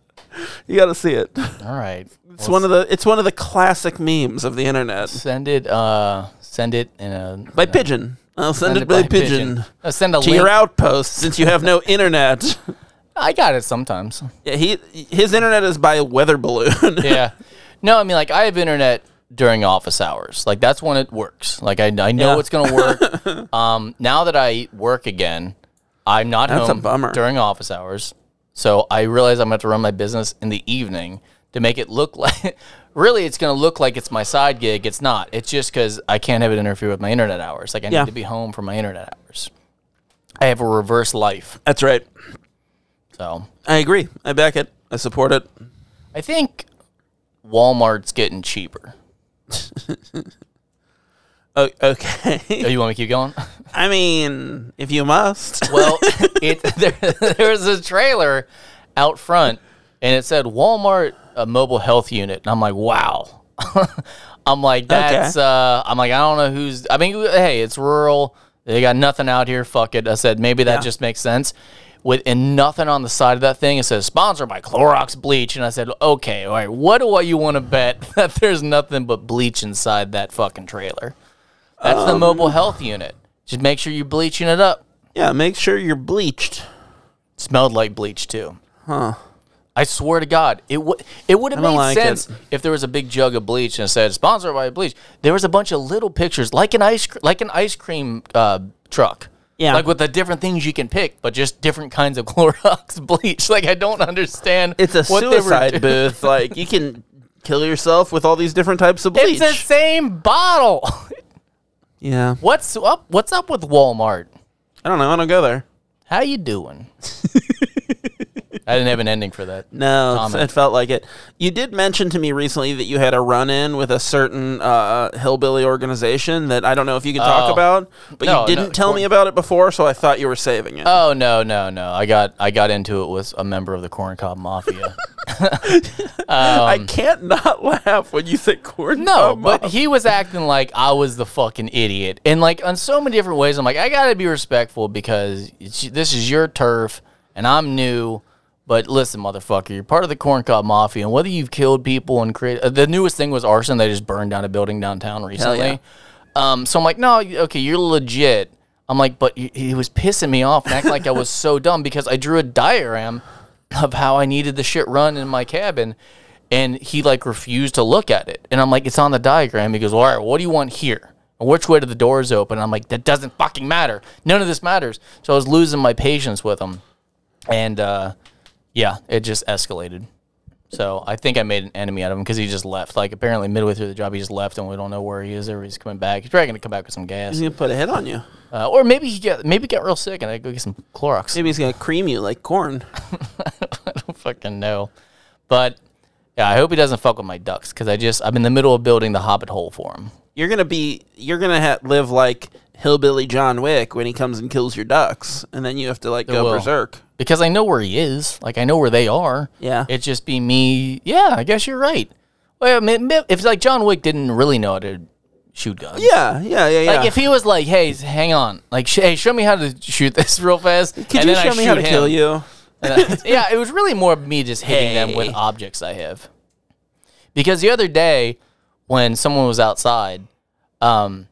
Speaker 1: You got to see it.
Speaker 2: All right.
Speaker 1: It's one of the it's one of the classic memes of the internet.
Speaker 2: Send it. Uh, send it in a
Speaker 1: By pigeon. I'll send, it, by, pigeon.
Speaker 2: Uh, send a
Speaker 1: To
Speaker 2: link.
Speaker 1: your outpost since you have no internet.
Speaker 2: I got it sometimes.
Speaker 1: Yeah, he his internet is by weather balloon.
Speaker 2: yeah. No, I mean like I have internet during office hours. Like that's when it works. Like I, I know
Speaker 1: Yeah.
Speaker 2: it's gonna work. um, now that I work again, I'm not
Speaker 1: That's a
Speaker 2: home
Speaker 1: bummer.
Speaker 2: during office hours. So I realize I'm gonna have to run my business in the evening to make it look like. really, it's gonna look like it's my side gig. It's not. It's just because I can't have it interfere with my internet hours. Like I
Speaker 1: Yeah.
Speaker 2: need to be home for my internet hours. I have a reverse life.
Speaker 1: That's right.
Speaker 2: So
Speaker 1: I agree. I back it. I support it.
Speaker 2: I think Walmart's getting cheaper.
Speaker 1: O- okay.
Speaker 2: Oh, you want me to keep going?
Speaker 1: I mean, if you must.
Speaker 2: Well, it, there, there was a trailer out front, and it said Walmart a mobile health unit, and I'm like, wow. I'm like, that's. Uh, I'm like, I don't know who's. I mean, hey, it's rural. They got nothing out here. Fuck it. I said maybe that just makes sense. With and nothing on the side of that thing, it says sponsored by Clorox bleach, and I said, okay, all right, what do I you want to bet that there's nothing but bleach inside that fucking trailer? That's the mobile health unit. Just make sure you're bleaching it up
Speaker 1: Yeah, make sure you're bleached.
Speaker 2: smelled like bleach too. Huh. I swear to God, it would it would have
Speaker 1: don't
Speaker 2: made
Speaker 1: like
Speaker 2: sense if there was a big jug of bleach and it said sponsored by bleach. There was a bunch of little pictures like an ice cr- like an ice cream uh, truck.
Speaker 1: Yeah.
Speaker 2: Like with the different things you can pick, but just different kinds of Clorox bleach. Like I don't understand.
Speaker 1: It's a
Speaker 2: what they were
Speaker 1: suicide
Speaker 2: doing.
Speaker 1: booth. Like you can kill yourself with all these different types of
Speaker 2: It's
Speaker 1: bleach.
Speaker 2: the same bottle.
Speaker 1: yeah.
Speaker 2: What's up? What's up with Walmart?
Speaker 1: I don't know. I don't go there.
Speaker 2: How you doing? I didn't have an ending for that.
Speaker 1: No, it's-
Speaker 2: Comment.
Speaker 1: it felt like it. You did mention to me recently that you had a run-in with a certain uh, hillbilly organization that I don't know if you can talk
Speaker 2: Oh.
Speaker 1: about, but
Speaker 2: No,
Speaker 1: you
Speaker 2: no,
Speaker 1: didn't tell
Speaker 2: Gordon.
Speaker 1: me about it before, so I thought you were saving it.
Speaker 2: Oh no, no, no! I got I got into it with a member of the corn cob mafia.
Speaker 1: I can't not laugh when you say corn.
Speaker 2: Um, No,
Speaker 1: cob
Speaker 2: but
Speaker 1: muffin.
Speaker 2: he was acting like I was the fucking idiot, and like on so many different ways. I'm like, I gotta be respectful because it's, this is your turf, and I'm new. But listen, motherfucker, you're part of the corn cob mafia, and whether you've killed people and created uh, the newest thing was arson. They just burned down a building downtown recently. Um, so I'm like, no, you- okay, you're legit. I'm like, but he- he was pissing me off and acting like I was so dumb because I drew a diagram of how I needed the shit run in my cabin, and he like refused to look at it. And I'm like, it's on the diagram. He goes, well, all right, what do you want here? And which way do the doors open? I'm like, that doesn't fucking matter. None of this matters. So I was losing my patience with him, and uh, yeah, it just escalated. So I think I made an enemy out of him because he just left. Like apparently midway through the job, he just left, and we don't know where he is or he's coming back. He's probably gonna come back with some gas,
Speaker 1: he's gonna put a hit on you.
Speaker 2: uh, or maybe he got maybe got real sick and I go get some Clorox.
Speaker 1: Maybe he's gonna cream you like corn.
Speaker 2: fucking know. But Yeah, I hope he doesn't fuck with my ducks because I just I'm in the middle of building the Hobbit hole for him.
Speaker 1: You're gonna be you're gonna ha- live like hillbilly John Wick when he comes and kills your ducks, and then you have to like go
Speaker 2: will.
Speaker 1: berserk.
Speaker 2: because I know where he is. Like I know where they are.
Speaker 1: Yeah.
Speaker 2: It just be me. Yeah, I guess you're right. Well, I mean, if it's like John Wick didn't really know how to shoot guns.
Speaker 1: Yeah, yeah, yeah, yeah.
Speaker 2: Like if he was like, "Hey, s- hang on, like, sh- hey, show me how to shoot this real fast,"
Speaker 1: Could you show me how to kill you?
Speaker 2: yeah, it was really more of me just hitting them with
Speaker 1: Hey.
Speaker 2: objects I have. Because the other day, when someone was outside, um,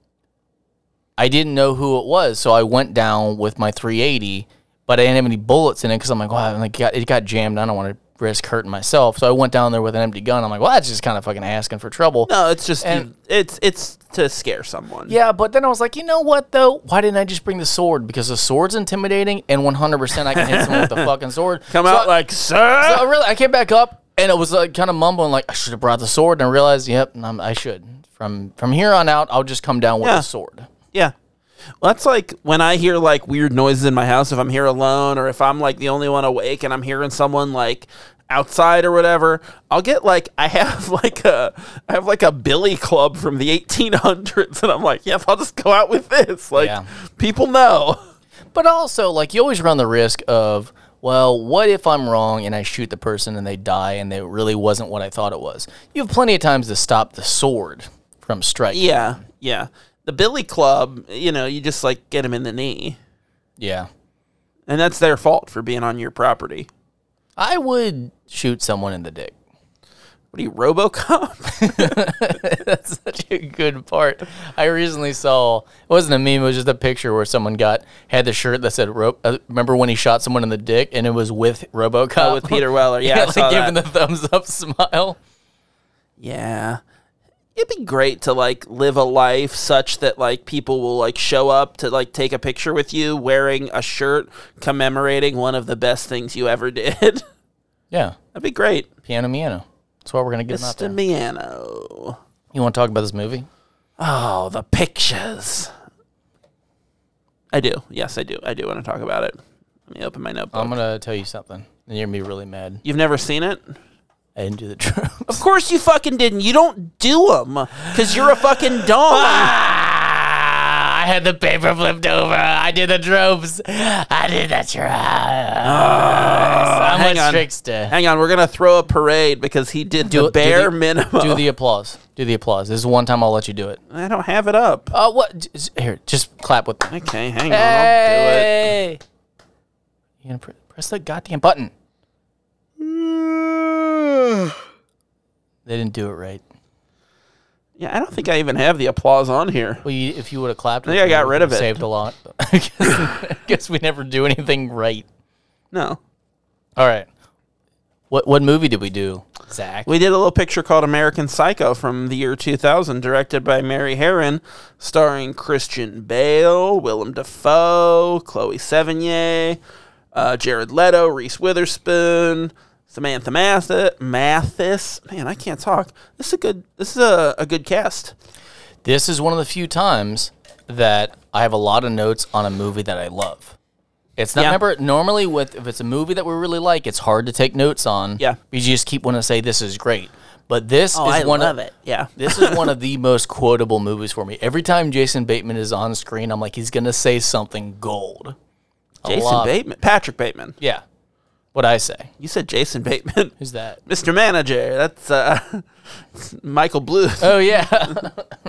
Speaker 2: I didn't know who it was, so I went down with my 380, but I didn't have any bullets in it because I'm like, wow, and like got, it got jammed. I don't want to risk hurting myself, so I went down there with an empty gun. I'm like, well, that's just kind of fucking asking for trouble.
Speaker 1: No, it's just
Speaker 2: And-
Speaker 1: you, it's it's to scare someone.
Speaker 2: Yeah, but then I was like, you know what though? Why didn't I just bring the sword? Because the sword's intimidating, and 100% I can hit someone with the fucking sword.
Speaker 1: Come
Speaker 2: So
Speaker 1: out
Speaker 2: I-
Speaker 1: like sir.
Speaker 2: so I really, I came back up and it was like kind of mumbling, like I should have brought the sword, and I realized, yep, i I should. From from here on out, I'll just come down with
Speaker 1: Yeah.
Speaker 2: a sword.
Speaker 1: Yeah. Well, that's like when I hear like weird noises in my house if I'm here alone or if I'm like the only one awake and I'm hearing someone like outside or whatever. I'll get like I have like a I have like a billy club from the 1800s and I'm like, "Yep, I'll just go out with this." Like
Speaker 2: Yeah.
Speaker 1: people know.
Speaker 2: But also, like you always run the risk of, well, what if I'm wrong and I shoot the person and they die and it really wasn't what I thought it was? You have plenty of times to stop the sword from striking.
Speaker 1: Yeah. Yeah. The billy club, you know, you just like get them in the knee.
Speaker 2: yeah.
Speaker 1: And that's their fault for being on your property.
Speaker 2: I would shoot someone in the dick.
Speaker 1: What are you, RoboCop?
Speaker 2: That's such a good part. I recently saw it wasn't a meme; it was just a picture where someone got had the shirt that said "Rope." Uh, remember when he shot someone in the dick, and it was with RoboCop
Speaker 1: Oh, with Peter Weller. Yeah, I
Speaker 2: like
Speaker 1: saw
Speaker 2: giving the thumbs up smile.
Speaker 1: Yeah. It'd be great to like live a life such that like people will like show up to like take a picture with you wearing a shirt commemorating one of the best things you ever did. That'd
Speaker 2: Yeah,
Speaker 1: be great.
Speaker 2: piano miano. That's why we're gonna get him out
Speaker 1: Mr.
Speaker 2: there.
Speaker 1: Miano.
Speaker 2: You want to talk about this movie?
Speaker 1: Oh, the pictures. I do. Yes, I do. I do want to talk about it. Let me open my notebook.
Speaker 2: I'm gonna tell you something, and you're gonna be really mad.
Speaker 1: You've never seen it?
Speaker 2: I didn't do the drugs.
Speaker 1: Of course you fucking didn't. You don't do them because you're a fucking
Speaker 2: Ah.
Speaker 1: dog.
Speaker 2: I had the paper flipped over. I did the tropes. I did the drugs. Ah, I'm
Speaker 1: hang
Speaker 2: a
Speaker 1: on.
Speaker 2: trickster.
Speaker 1: Hang on, we're gonna throw a parade because he did
Speaker 2: Do
Speaker 1: the
Speaker 2: it- do
Speaker 1: bare
Speaker 2: the-
Speaker 1: minimum.
Speaker 2: Do the applause. Do the applause. This is one time I'll let you do it.
Speaker 1: I don't have it up.
Speaker 2: Uh, what? j- s- Here, just clap with me.
Speaker 1: Okay, hang on. I'll do it.
Speaker 2: You gonna pr- press the goddamn button? they didn't do it right.
Speaker 1: Yeah, I don't think I even have the applause on here.
Speaker 2: Well, you, if you would have clapped, I
Speaker 1: think I got rid of it.
Speaker 2: Saved a lot. I guess- I guess we never do anything right.
Speaker 1: No.
Speaker 2: All right. What what movie did we do, Zach?
Speaker 1: We did a little picture called American Psycho from the year 2000, directed by Mary Herron, starring Christian Bale, Willem Dafoe, Chloe Sevigny, uh, Jared Leto, Reese Witherspoon, Samantha Mathis. Mathis. Man, I can't talk. This is a good. This is a, a good cast.
Speaker 2: This is one of the few times that I have a lot of notes on a movie that I love. It's not
Speaker 1: Yeah.
Speaker 2: remember normally with if it's a movie that we really like, it's hard to take notes on.
Speaker 1: Yeah. Oh,
Speaker 2: you just keep wanting to say this is great. But this is one of
Speaker 1: Yeah.
Speaker 2: this is one of the most quotable movies for me. Every time Jason Bateman is on screen, I'm like, he's gonna say something gold. I
Speaker 1: Jason
Speaker 2: love-
Speaker 1: Bateman. Patrick Bateman.
Speaker 2: Yeah. What I say?
Speaker 1: You said Jason Bateman.
Speaker 2: Who's that?
Speaker 1: Mr. Manager. That's uh, Michael Bluth.
Speaker 2: Oh yeah.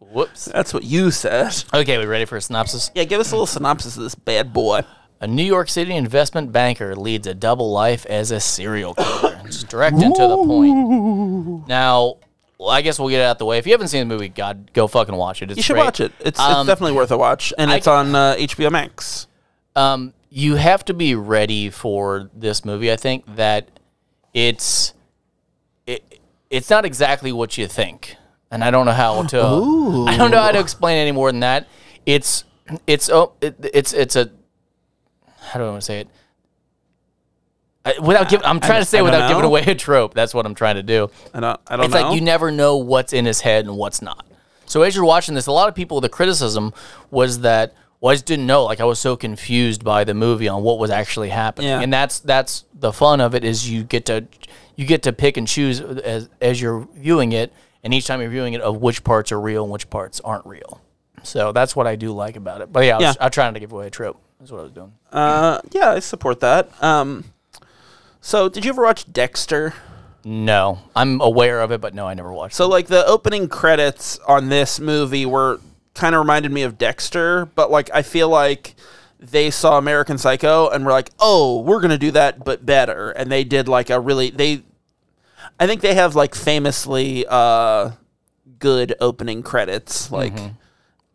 Speaker 2: Whoops.
Speaker 1: That's what you said.
Speaker 2: Okay, we ready for a synopsis?
Speaker 1: Yeah, give us a little synopsis of this bad boy.
Speaker 2: A New York City investment banker leads a double life as a serial killer. Just direct and to the point. Now, well, I guess we'll get it out the way. If you haven't seen the movie, God, go fucking watch it. It's
Speaker 1: You should
Speaker 2: great.
Speaker 1: watch it. It's,
Speaker 2: Um,
Speaker 1: it's definitely worth a watch, and it's on uh, HBO Max.
Speaker 2: Um, you have to be ready for this movie. I think that it's it, it's not exactly what you think, and I don't know how to. I don't know how to explain any more than that. It's it's oh it, it's it's a how do I want to say it. I, without giving, I'm trying to say
Speaker 1: I
Speaker 2: it
Speaker 1: don't
Speaker 2: without giving
Speaker 1: know.
Speaker 2: away a trope. That's what I'm trying to do.
Speaker 1: I don't. I don't
Speaker 2: It's
Speaker 1: know.
Speaker 2: like you never know what's in his head and what's not. So as you're watching this, a lot of people the criticism was that well, I just didn't know. Like I was so confused by the movie on what was actually happening,
Speaker 1: Yeah.
Speaker 2: and that's that's the fun of it is you get to you get to pick and choose as as you're viewing it, and each time you're viewing it of which parts are real and which parts aren't real. So that's what I do like about it. But yeah, I was,
Speaker 1: Yeah.
Speaker 2: I was trying to give away a trope. That's what I was doing.
Speaker 1: Uh, yeah, I support that. Um, so did you ever watch Dexter?
Speaker 2: No, I'm aware of it, but no, I never watched.
Speaker 1: So like the opening credits on this movie were kind of reminded me of Dexter, but like I feel like they saw American Psycho and were like, "Oh, we're going to do that but better." And they did like a really they I think they have like famously uh good opening credits like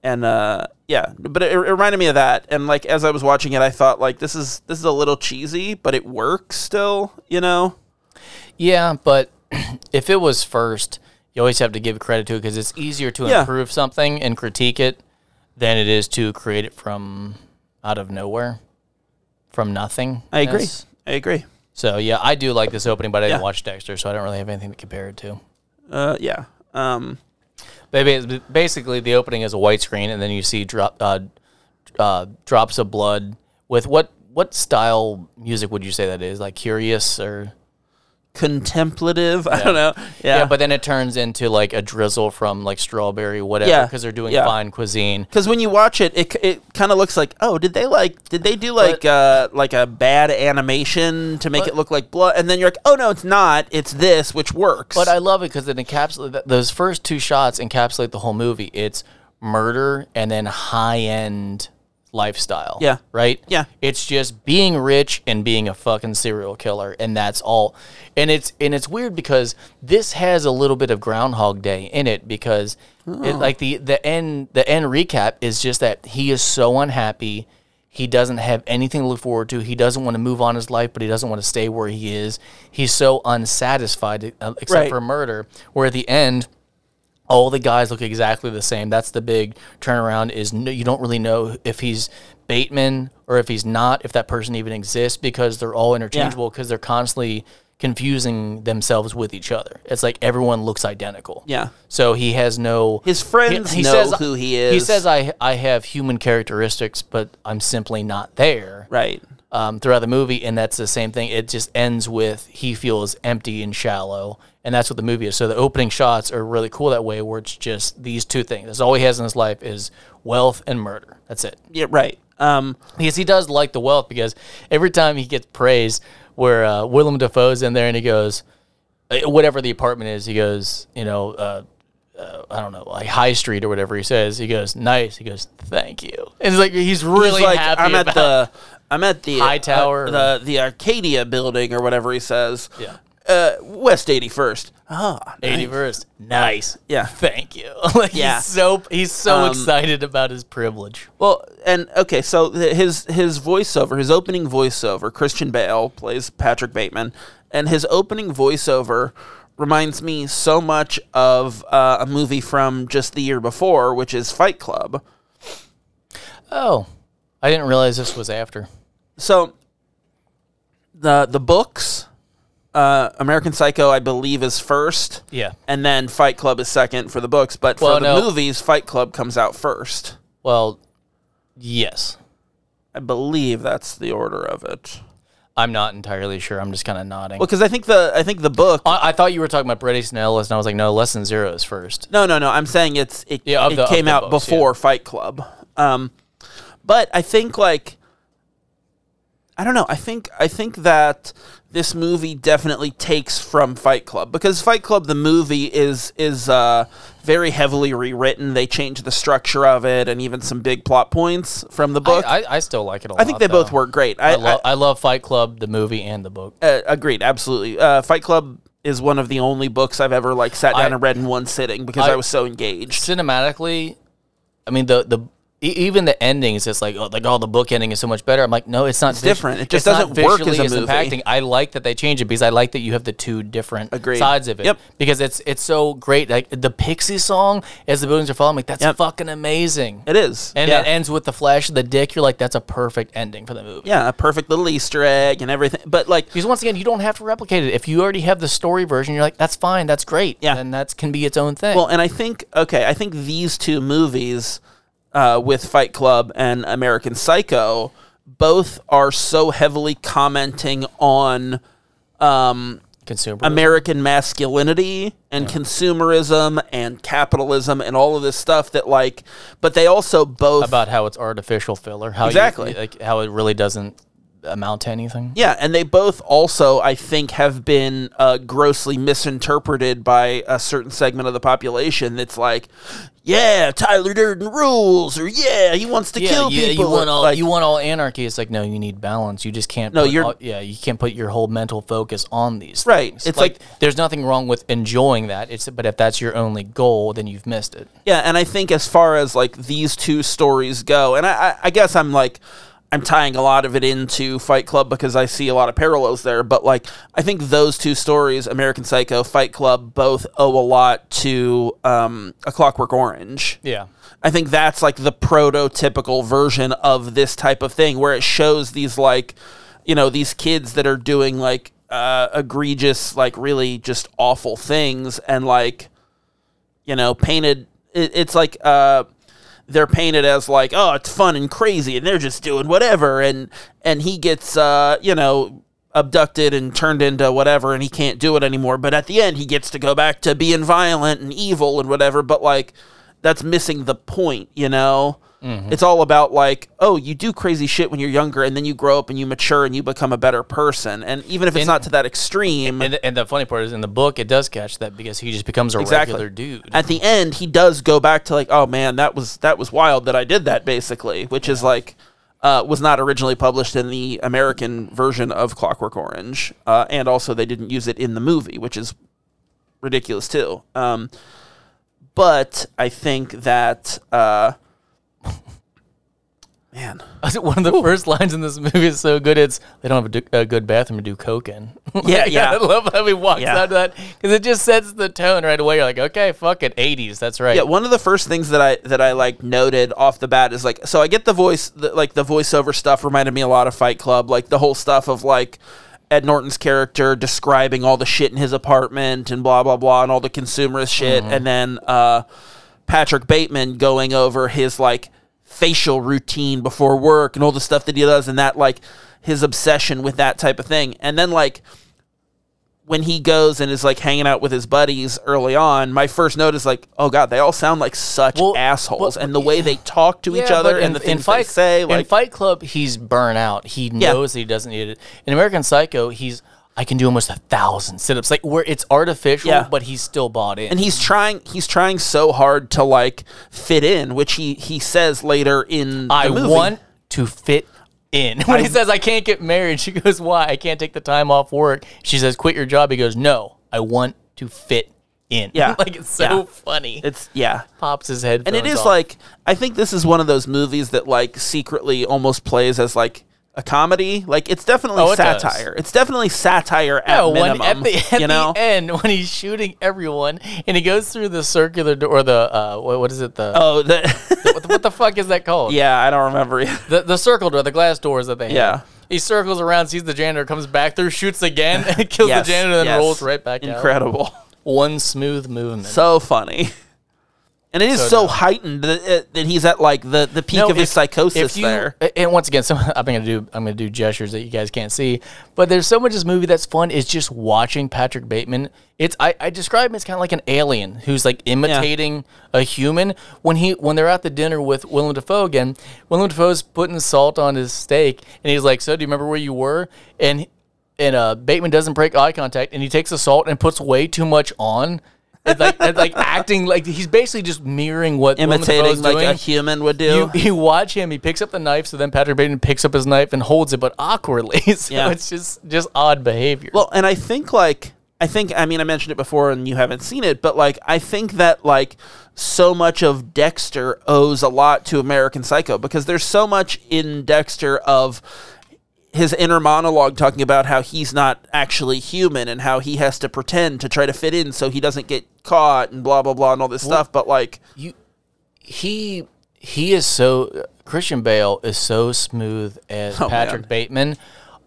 Speaker 1: and uh yeah, but it, it reminded me of that and like as I was watching it I thought like this is this is a little cheesy, but it works still, you know?
Speaker 2: Yeah, but if it was first, you always have to give credit to it because it's easier to
Speaker 1: Yeah.
Speaker 2: improve something and critique it than it is to create it from out of nowhere, from nothing.
Speaker 1: I agree. I agree.
Speaker 2: So yeah, I do like this opening, but I
Speaker 1: Yeah.
Speaker 2: didn't watch Dexter, so I don't really have anything to compare it to.
Speaker 1: Uh yeah. Um
Speaker 2: But ba- basically, the opening is a white screen, and then you see drop uh, uh, drops of blood with what what style music would you say that is? Like curious or
Speaker 1: contemplative. I don't know.
Speaker 2: Yeah.
Speaker 1: Yeah,
Speaker 2: but then it turns into like a drizzle from like strawberry whatever
Speaker 1: Yeah,
Speaker 2: because they're doing
Speaker 1: yeah.
Speaker 2: fine cuisine.
Speaker 1: because when you watch it, it it kind of looks like oh, did they like did they do like uh like a bad animation to make it look like blood? And then you're like, oh no, it's not. It's this, which works.
Speaker 2: But I love it because it encapsulates those first two shots encapsulate the whole movie. It's murder and then high end lifestyle.
Speaker 1: Yeah.
Speaker 2: right.
Speaker 1: Yeah.
Speaker 2: it's just being rich and being a fucking serial killer, and that's all. And it's and it's weird because this has a little bit of Groundhog Day in it because it,
Speaker 1: Oh.
Speaker 2: like the the end the end recap is just that he is so unhappy. He doesn't have anything to look forward to. He doesn't want to move on his life, but he doesn't want to stay where he is. He's so unsatisfied, uh, except
Speaker 1: Right.
Speaker 2: for murder, where at the end, all the guys look exactly the same. That's the big turnaround. Is no, you don't really know if he's Bateman or if he's not, if that person even exists because they're all interchangeable because they're constantly confusing themselves with each other. It's like everyone looks identical.
Speaker 1: Yeah.
Speaker 2: So he has no
Speaker 1: His friends know who he
Speaker 2: He
Speaker 1: is.
Speaker 2: says I I have human characteristics, but I'm simply not there
Speaker 1: right.
Speaker 2: um, throughout the movie, and that's the same thing. It just ends with he feels empty and shallow, and that's what the movie is. So the opening shots are really cool that way, where it's just these two things. That's all he has in his life is wealth and murder. That's it.
Speaker 1: Yeah, right. Um,
Speaker 2: Because he does like the wealth because every time he gets praise, where uh, Willem Dafoe's in there and he goes, eh, whatever the apartment is, he goes, you know, uh, uh, I don't know, like High Street or whatever he says. He goes, nice. He goes, thank you. And it's like he's really
Speaker 1: he's like
Speaker 2: happy.
Speaker 1: I'm at
Speaker 2: about-
Speaker 1: the I'm at the
Speaker 2: Hightower
Speaker 1: uh,
Speaker 2: or-
Speaker 1: the the Arcadia building or whatever he says.
Speaker 2: Yeah.
Speaker 1: Uh, West 81st. Ah,
Speaker 2: 81st. Nice.
Speaker 1: Yeah.
Speaker 2: Thank you. like
Speaker 1: Yeah.
Speaker 2: he's so he's so
Speaker 1: Um,
Speaker 2: excited about his privilege.
Speaker 1: Well, and okay, so th- his his voiceover, his opening voiceover, Christian Bale plays Patrick Bateman, and his opening voiceover reminds me so much of uh, a movie from just the year before, which is Fight Club.
Speaker 2: Oh. I didn't realize this was after.
Speaker 1: So the the books, uh, American Psycho, I believe, is first.
Speaker 2: Yeah.
Speaker 1: And then Fight Club is second for the books, but for
Speaker 2: Well,
Speaker 1: the
Speaker 2: no.
Speaker 1: movies, Fight Club comes out first.
Speaker 2: Well, yes.
Speaker 1: I believe that's the order of it.
Speaker 2: I'm not entirely sure. I'm just kind of nodding.
Speaker 1: Well, because I think the I think the book
Speaker 2: I, I thought you were talking about Brett Easton Ellis, and I was like, no, Less Than Zero is first.
Speaker 1: No, no, no. I'm saying it's it,
Speaker 2: Yeah, of
Speaker 1: it
Speaker 2: the- of
Speaker 1: came
Speaker 2: the
Speaker 1: out
Speaker 2: books,
Speaker 1: before Fight Club. Um, but I think like I don't know. I think I think that this movie definitely takes from Fight Club because Fight Club the movie is is uh, very heavily rewritten. They changed the structure of it and even some big plot points from the book. I,
Speaker 2: I, I, I still like it a lot.
Speaker 1: think they both
Speaker 2: though.
Speaker 1: work great.
Speaker 2: I,
Speaker 1: I,
Speaker 2: lo- I love Fight Club, the movie, and the book.
Speaker 1: I- uh, agreed, absolutely. Uh, Fight Club is one of the only books I've ever like sat down
Speaker 2: I-
Speaker 1: and read in one sitting because I,
Speaker 2: I-
Speaker 1: was so engaged.
Speaker 2: cinematically, I mean the the e- even the endings. It's like oh, like oh, the book ending is so much better. I'm like, no, it's not. vis-
Speaker 1: different. It just
Speaker 2: it's not
Speaker 1: doesn't work as
Speaker 2: visually
Speaker 1: a movie.
Speaker 2: I like that they change it because I like that you have the two different
Speaker 1: Agreed.
Speaker 2: sides of it.
Speaker 1: Yep.
Speaker 2: Because it's it's so great. Like the Pixie song as the buildings are falling. I'm like that's
Speaker 1: Yep.
Speaker 2: fucking amazing.
Speaker 1: It is,
Speaker 2: and
Speaker 1: yeah.
Speaker 2: it ends with the flash of the dick. You're like, that's a perfect ending for the movie.
Speaker 1: yeah, a perfect little Easter egg and everything. But like,
Speaker 2: Because once again, you don't have to replicate it. If you already have the story version, you're like, that's fine, that's great.
Speaker 1: Yeah.
Speaker 2: And that can be its own thing.
Speaker 1: well, and I think okay, I think these two movies, uh, with Fight Club and American Psycho, both are so heavily commenting on um,
Speaker 2: Consumer.
Speaker 1: American masculinity and consumerism and capitalism and all of this stuff that like, but they also both
Speaker 2: about how it's artificial filler. How you-
Speaker 1: Exactly.
Speaker 2: like, how it really doesn't amount to anything.
Speaker 1: Yeah, and they both also, I think, have been uh, grossly misinterpreted by a certain segment of the population that's like, yeah, Tyler Durden rules, or yeah, he wants to kill
Speaker 2: you,
Speaker 1: people.
Speaker 2: you want all
Speaker 1: Like,
Speaker 2: you want all anarchy. It's like no, you need balance. You just can't.
Speaker 1: No,
Speaker 2: put
Speaker 1: you're-
Speaker 2: all- yeah, you can't put your whole mental focus on these.
Speaker 1: Right.
Speaker 2: things.
Speaker 1: It's
Speaker 2: there's nothing wrong with enjoying that. It's but if that's your only goal, then you've missed it.
Speaker 1: yeah, and I think as far as like these two stories go, and I, I, I guess I'm like, I'm tying a lot of it into Fight Club because I see a lot of parallels there, but like, I think those two stories, American Psycho, Fight Club, both owe a lot to um, A Clockwork Orange.
Speaker 2: Yeah.
Speaker 1: I think that's like the prototypical version of this type of thing where it shows these like, you know, these kids that are doing like uh, egregious, like really just awful things and like, you know, painted. It, it's like uh, they're painted as like, oh, it's fun and crazy and they're just doing whatever. And, and he gets, uh, you know, abducted and turned into whatever and he can't do it anymore. But at the end, he gets to go back to being violent and evil and whatever. But like, that's missing the point, you know? It's all about like, oh, you do crazy shit when you're younger and then you grow up and you mature and you become a better person. And even if it's not to that extreme,
Speaker 2: And, and the funny part is in the book it does catch that because he just becomes a
Speaker 1: Exactly.
Speaker 2: regular dude.
Speaker 1: at the end he does go back to like oh man that was that was wild that i did that basically which is like uh, was not originally published in the american version of clockwork orange uh, and also they didn't use it in the movie which is ridiculous too um, but i think that uh, man
Speaker 2: One of the first lines in this movie is so good. It's they don't have a, do- a good bathroom to do coke in. Like,
Speaker 1: Yeah, yeah.
Speaker 2: I love how he walks
Speaker 1: Yeah.
Speaker 2: out of that because it just sets the tone right away. You're like, okay, fuck it, '80s. That's right.
Speaker 1: Yeah, one of the first things that I that I like noted off the bat is like so I get the voice the, like the voiceover stuff reminded me a lot of Fight Club, like the whole stuff of like Ed Norton's character describing all the shit in his apartment and blah blah blah and all the consumerist shit and then uh Patrick Bateman going over his like facial routine before work and all the stuff that he does and that like his obsession with that type of thing. And then like when he goes and is like hanging out with his buddies early on, my first note is like, oh god, they all sound like such
Speaker 2: Well,
Speaker 1: assholes,
Speaker 2: well,
Speaker 1: and the way they talk to each
Speaker 2: Yeah,
Speaker 1: other
Speaker 2: but
Speaker 1: and the things they say,
Speaker 2: in
Speaker 1: like
Speaker 2: Fight Club, he's burnt out. He knows that he doesn't need it. In American Psycho, he's I can do almost a thousand sit-ups, like where it's artificial,
Speaker 1: Yeah.
Speaker 2: but he's still bought in.
Speaker 1: and he's trying he's trying so hard to like fit in, which he he says later in
Speaker 2: I
Speaker 1: the movie.
Speaker 2: want to fit in. When he says I can't get married, she goes, "Why? I can't take the time off work." She says, "Quit your job." He goes, "No, I want to fit in."
Speaker 1: Yeah.
Speaker 2: like it's so
Speaker 1: Yeah.
Speaker 2: funny. It
Speaker 1: it's yeah.
Speaker 2: pops his head,
Speaker 1: And it is like I think this is one of those movies that like secretly almost plays as like a comedy. Like it's definitely
Speaker 2: Oh, it does.
Speaker 1: satire. It's definitely satire at
Speaker 2: No,
Speaker 1: minimum.
Speaker 2: when at the, at
Speaker 1: you know?
Speaker 2: the end when he's shooting everyone and he goes through the circular door or the uh what, what is it the
Speaker 1: oh, the,
Speaker 2: what, the what the fuck is that called
Speaker 1: yeah, I don't remember.
Speaker 2: the, the circle door the glass doors that they
Speaker 1: Yeah.
Speaker 2: have. he circles around sees the janitor comes back through shoots again and kills
Speaker 1: Yes,
Speaker 2: the janitor and then
Speaker 1: yes.
Speaker 2: rolls right back out
Speaker 1: Incredible.
Speaker 2: one smooth movement
Speaker 1: so funny. And it is so, heightened that, it, that he's at like the, the peak
Speaker 2: No,
Speaker 1: of his psychosis
Speaker 2: if you-
Speaker 1: there.
Speaker 2: a- And once again, so I'm gonna do I'm gonna do gestures that you guys can't see. But there's so much of this movie that's fun is just watching Patrick Bateman. It's I, I describe him as kind of like an alien who's like imitating a human. When he when they're at the dinner with Willem Dafoe again, Willem Dafoe's putting salt on his steak, and he's like, "So do you remember where you were?" And and uh, Bateman doesn't break eye contact, and he takes the salt and puts way too much on. It's like, it's like acting like he's basically just mirroring what Willem
Speaker 1: Imitating
Speaker 2: Dafoe's
Speaker 1: like
Speaker 2: doing
Speaker 1: a human would
Speaker 2: you,
Speaker 1: do.
Speaker 2: you watch him. He picks up the knife, so then Patrick Bateman picks up his knife and holds it, but awkwardly. so
Speaker 1: Yeah.
Speaker 2: it's just just odd behavior.
Speaker 1: well, and I think like, I think, I mean, I mentioned it before and you haven't seen it, but like, I think that like so much of Dexter owes a lot to American Psycho because there's so much in Dexter of his inner monologue talking about how he's not actually human and how he has to pretend to try to fit in so he doesn't get caught and blah, blah, blah, and all this stuff. But like,
Speaker 2: he he is so Christian Bale is so smooth as Patrick
Speaker 1: man.
Speaker 2: Bateman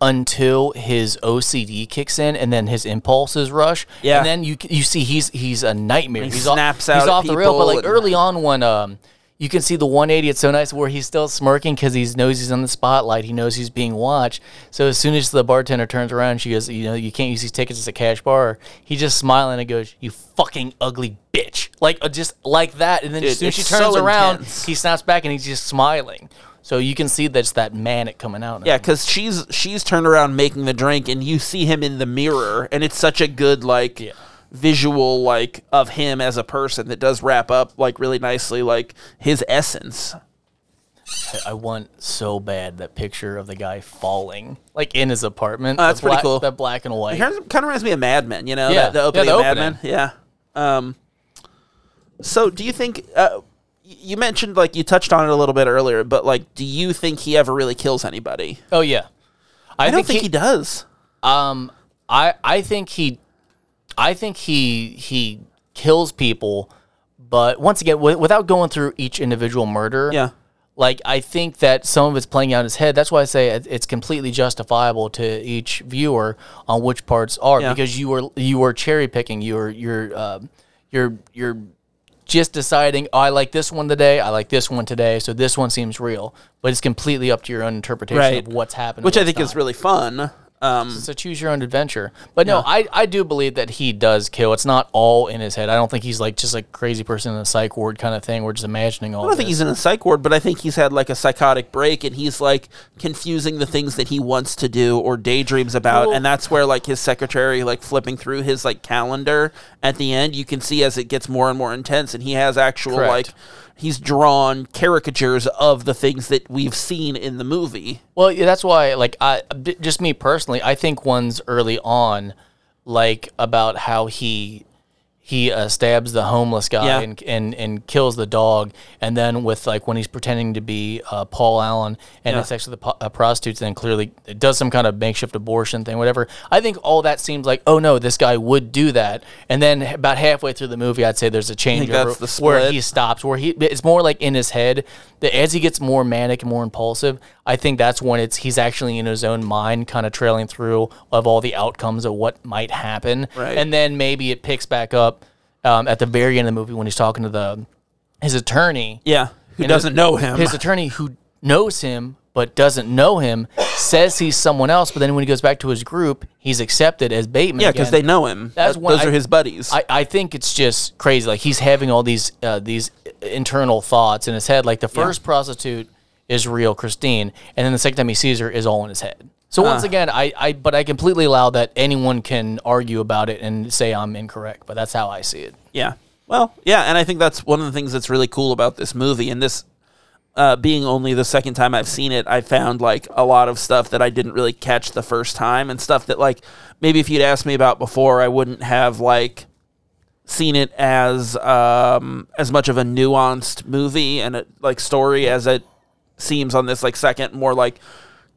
Speaker 2: until his OCD kicks in and then his impulses rush.
Speaker 1: Yeah.
Speaker 2: and then you you see he's he's a nightmare. He
Speaker 1: snaps
Speaker 2: off,
Speaker 1: out
Speaker 2: He's
Speaker 1: at
Speaker 2: off the rail. But
Speaker 1: people
Speaker 2: like
Speaker 1: and-
Speaker 2: early on when um. you can see the 180. It's so nice where he's still smirking because he knows he's in the spotlight. He knows he's being watched. So as soon as the bartender turns around, she goes, "You know, you can't use these tickets as a cash bar." He just smiling and goes, "You fucking ugly bitch!" Like uh, just like that. And then as soon as she
Speaker 1: it's
Speaker 2: turns
Speaker 1: so
Speaker 2: around,
Speaker 1: intense.
Speaker 2: he snaps back and he's just smiling. So you can see that's that manic coming out.
Speaker 1: Yeah, because she's she's turned around making the drink, and you see him in the mirror, and it's such a good like visual like of him as a person that does wrap up like really nicely like his essence.
Speaker 2: I want so bad that picture of the guy falling like in his apartment.
Speaker 1: Oh, that's
Speaker 2: The
Speaker 1: pretty
Speaker 2: black-
Speaker 1: cool.
Speaker 2: That black and white.
Speaker 1: Kind of kind of reminds me of Mad Men, you know?
Speaker 2: Yeah.
Speaker 1: that- the, opening
Speaker 2: Yeah, the
Speaker 1: of Mad
Speaker 2: opening.
Speaker 1: Men. Yeah. Um, so do you think uh, y- you mentioned like you touched on it a little bit earlier, but like, do you think he ever really kills anybody?
Speaker 2: Oh yeah,
Speaker 1: I, don't think he, does.
Speaker 2: Um, I I think he, I think he he kills people, but once again, w- without going through each individual murder.
Speaker 1: Yeah.
Speaker 2: Like I think that some of it's playing out in his head. That's why I say it- it's completely justifiable to each viewer on which parts are
Speaker 1: Yeah.
Speaker 2: because you were you were cherry picking. You're you're um, you're you're just deciding. Oh, I like this one today. I like this one today. So this one seems real, but it's completely up to your own interpretation
Speaker 1: Right.
Speaker 2: of what's happening.
Speaker 1: Which I
Speaker 2: what's
Speaker 1: think
Speaker 2: not.
Speaker 1: is really fun. Um,
Speaker 2: So choose your own adventure. But no, I, I do believe that he does kill. It's not all in his head. I don't think he's like just a crazy person in a psych ward kind of thing. We're just imagining all.
Speaker 1: I don't think he's in a psych ward, but I think he's had like a psychotic break, and he's like confusing the things that he wants to do or daydreams about,
Speaker 2: Well-
Speaker 1: and that's where like his secretary like flipping through his like calendar at the end, you can see as it gets more and more intense, and he has actual like
Speaker 2: Correct.
Speaker 1: he's drawn caricatures of the things that we've seen in the movie.
Speaker 2: Well, yeah, that's why, like, I d- just me personally, I think one's early on, like about how he he uh, stabs the homeless guy
Speaker 1: Yeah.
Speaker 2: and, and and kills the dog, and then with like when he's pretending to be uh, Paul Allen and
Speaker 1: Yeah.
Speaker 2: it's actually the po- uh, prostitutes, then clearly it does some kind of makeshift abortion thing, whatever. I think all that seems like, oh no, this guy would do that, and then about halfway through the movie, I'd say there's a change
Speaker 1: that's the
Speaker 2: where
Speaker 1: split.
Speaker 2: he stops where he it's more like in his head that as he gets more manic and more impulsive i think that's when it's he's actually in his own mind kind of trailing through of all the outcomes of what might happen
Speaker 1: Right.
Speaker 2: and then maybe it picks back up um, at the very end of the movie when he's talking to the his attorney
Speaker 1: Yeah, who
Speaker 2: And
Speaker 1: doesn't
Speaker 2: his-
Speaker 1: know him?
Speaker 2: his attorney who knows him but doesn't know him says he's someone else but then when he goes back to his group he's accepted as bateman
Speaker 1: yeah, because
Speaker 2: again.
Speaker 1: they know him.
Speaker 2: That's
Speaker 1: That-
Speaker 2: when
Speaker 1: those
Speaker 2: I-
Speaker 1: are his buddies.
Speaker 2: I, I think it's just crazy. Like he's having all these uh, these internal thoughts in his head. Like the first prostitute is real Christine, and then the second time he sees her is all in his head. So once again, I, I but I completely allow that anyone can argue about it and say I'm incorrect, but that's how I see it.
Speaker 1: Yeah. Well, yeah, and I think that's one of the things that's really cool about this movie. And this uh, being only the second time I've seen it, I found like a lot of stuff that I didn't really catch the first time, and stuff that like maybe if you'd asked me about before, I wouldn't have like seen it as um, as much of a nuanced movie and a, like story as it seems on this like second, more like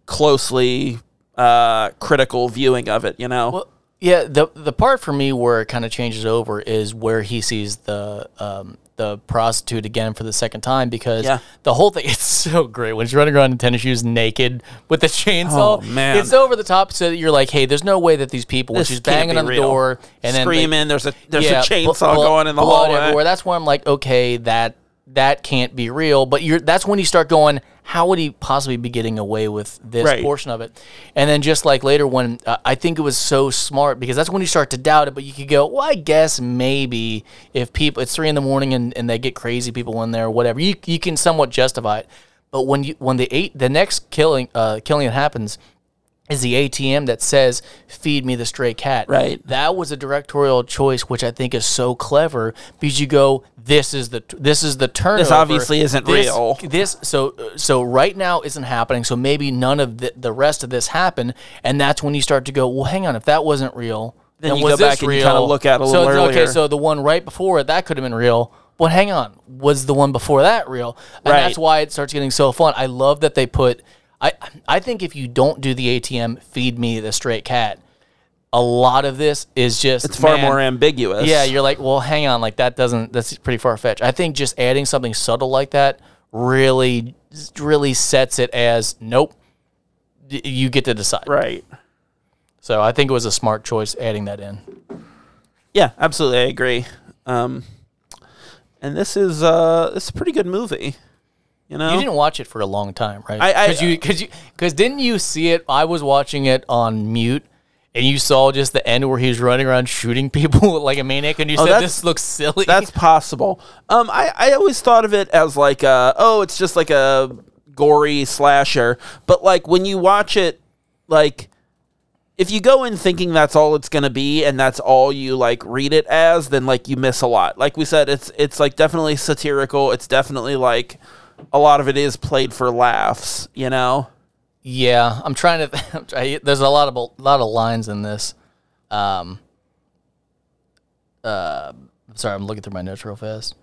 Speaker 1: closely uh, critical viewing of it. You know,
Speaker 2: Well, yeah, the the part for me where it kind of changes over is where he sees the um, the prostitute again for the second time because
Speaker 1: Yeah.
Speaker 2: the whole thing it's so great when she's running around in tennis shoes naked with the chainsaw.
Speaker 1: Oh, man.
Speaker 2: it's over the top so that you're like, hey, there's no way that these people when
Speaker 1: This
Speaker 2: she's
Speaker 1: can't
Speaker 2: banging
Speaker 1: be
Speaker 2: on the
Speaker 1: real.
Speaker 2: door and then
Speaker 1: screaming.
Speaker 2: like,
Speaker 1: there's a there's
Speaker 2: yeah,
Speaker 1: a
Speaker 2: bl-
Speaker 1: chainsaw
Speaker 2: bl-
Speaker 1: going in the
Speaker 2: blood
Speaker 1: hallway.
Speaker 2: everywhere. That's where I'm like, okay, that that can't be real. But you're that's when you start going, how would he possibly be getting away with this
Speaker 1: Right.
Speaker 2: portion of it? And then just like later when uh, I think it was so smart because that's when you start to doubt it. But you could go, well, I guess maybe if people it's three in the morning and, and they get crazy people in there, whatever. You you can somewhat justify it. But when you when the eight the next killing uh, killing happens, is the ATM that says "Feed me the stray cat."
Speaker 1: Right.
Speaker 2: That was a directorial choice, which I think is so clever because you go, "This is the this is the turnover."
Speaker 1: obviously isn't
Speaker 2: This-
Speaker 1: real.
Speaker 2: This so so right now isn't happening. So maybe none of the, the rest of this happened, and that's when you start to go, "Well, hang on, if that wasn't real, then,
Speaker 1: you
Speaker 2: was
Speaker 1: go
Speaker 2: this
Speaker 1: back and
Speaker 2: real?"
Speaker 1: you kinda look at it a
Speaker 2: so,
Speaker 1: little
Speaker 2: Okay,
Speaker 1: earlier.
Speaker 2: so the one right before it that could have been real. Well, hang on, was the one before that real? And
Speaker 1: Right.
Speaker 2: that's why it starts getting so fun. I love that they put. I I think if you don't do the ATM, feed me the straight cat. A lot of this is just
Speaker 1: It's far
Speaker 2: man,
Speaker 1: more ambiguous.
Speaker 2: Yeah, you're like, well, hang on, like that doesn't. That's pretty far fetched. I think just adding something subtle like that really, really sets it as nope. y- You get to decide.
Speaker 1: right.
Speaker 2: So I think it was a smart choice adding that in.
Speaker 1: Yeah, absolutely, I agree. Um, And this is uh, it's a pretty good movie. You know,
Speaker 2: You didn't watch it for a long time, right?
Speaker 1: I- I-
Speaker 2: Because you, because you, because didn't you see it? I was watching it on mute, and you saw just the end where he's running around shooting people like a maniac, and you said
Speaker 1: Oh, that's-
Speaker 2: this looks silly.
Speaker 1: That's possible. Um, I, I always thought of it as like, uh, oh, it's just like a gory slasher. But like when you watch it, like if you go in thinking that's all it's gonna be and that's all you like read it as, then like you miss a lot. Like we said, it's it's like definitely satirical. It's definitely like a lot of it is played for laughs. You know.
Speaker 2: yeah. I'm trying to. I'm try- there's a lot of a lot of lines in this. Um. Uh, sorry, I'm looking through my notes real fast.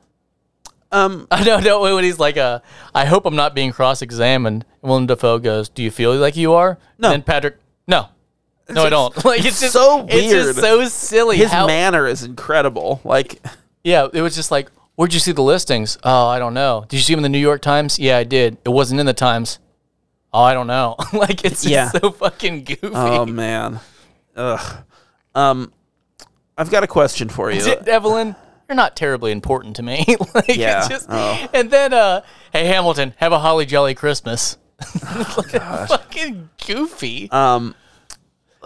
Speaker 1: Um,
Speaker 2: I don't know when he's like, uh, I hope I'm not being cross-examined. And Willem Dafoe goes, "Do you feel like you are?"
Speaker 1: No.
Speaker 2: And Patrick, no, no, I don't. Like it's, just
Speaker 1: so
Speaker 2: It's
Speaker 1: weird.
Speaker 2: just so silly.
Speaker 1: his
Speaker 2: how-
Speaker 1: manner is incredible. Like.
Speaker 2: yeah, it was just like, where'd you see the listings? Oh, I don't know. Did you see them in the New York Times? Yeah, I did. It wasn't in the Times. Oh, I don't know. like it's just
Speaker 1: Yeah.
Speaker 2: so fucking goofy.
Speaker 1: Oh man. Ugh. Um I've got a question for you.
Speaker 2: Shit, Evelyn, you're not terribly important to me. like
Speaker 1: Yeah,
Speaker 2: it's just,
Speaker 1: oh.
Speaker 2: and then uh, hey Hamilton, have a holly jolly Christmas.
Speaker 1: Oh,
Speaker 2: Like, fucking goofy.
Speaker 1: Um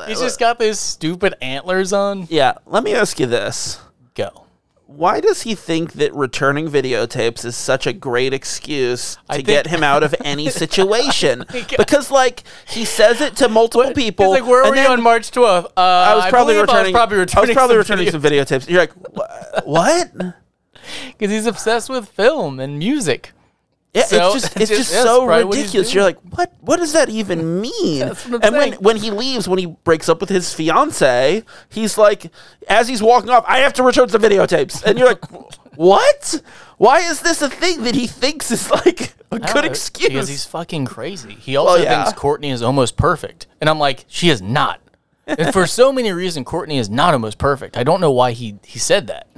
Speaker 2: He's just got those stupid antlers on.
Speaker 1: yeah, let me ask you this.
Speaker 2: Go.
Speaker 1: Why does he think that returning videotapes is such a great excuse to
Speaker 2: think-
Speaker 1: get him out of any situation? because like he says it to multiple people.
Speaker 2: He's like, where
Speaker 1: and
Speaker 2: were you
Speaker 1: then-
Speaker 2: on March 12th? Uh,
Speaker 1: I was probably
Speaker 2: believe
Speaker 1: returning.
Speaker 2: I was probably returning.
Speaker 1: probably returning some videotapes. You're like, "Wha- what?
Speaker 2: because he's obsessed with film and music.
Speaker 1: Yeah,
Speaker 2: So,
Speaker 1: it's just it's
Speaker 2: just-
Speaker 1: just
Speaker 2: that's
Speaker 1: so
Speaker 2: probably what he's
Speaker 1: ridiculous.
Speaker 2: doing.
Speaker 1: You're like, what? What does that even mean?
Speaker 2: That's what I'm
Speaker 1: and
Speaker 2: saying.
Speaker 1: when when he leaves, when he breaks up with his fiance, he's like, as he's walking off, I have to return some videotapes, and you're like, what? Why is this a thing that he thinks is like a
Speaker 2: I
Speaker 1: good
Speaker 2: don't know, because
Speaker 1: excuse?
Speaker 2: he's fucking crazy. He also
Speaker 1: yeah.
Speaker 2: thinks Courtney is almost perfect, and I'm like, she is not. and for so many reasons, Courtney is not almost perfect. I don't know why he he said that.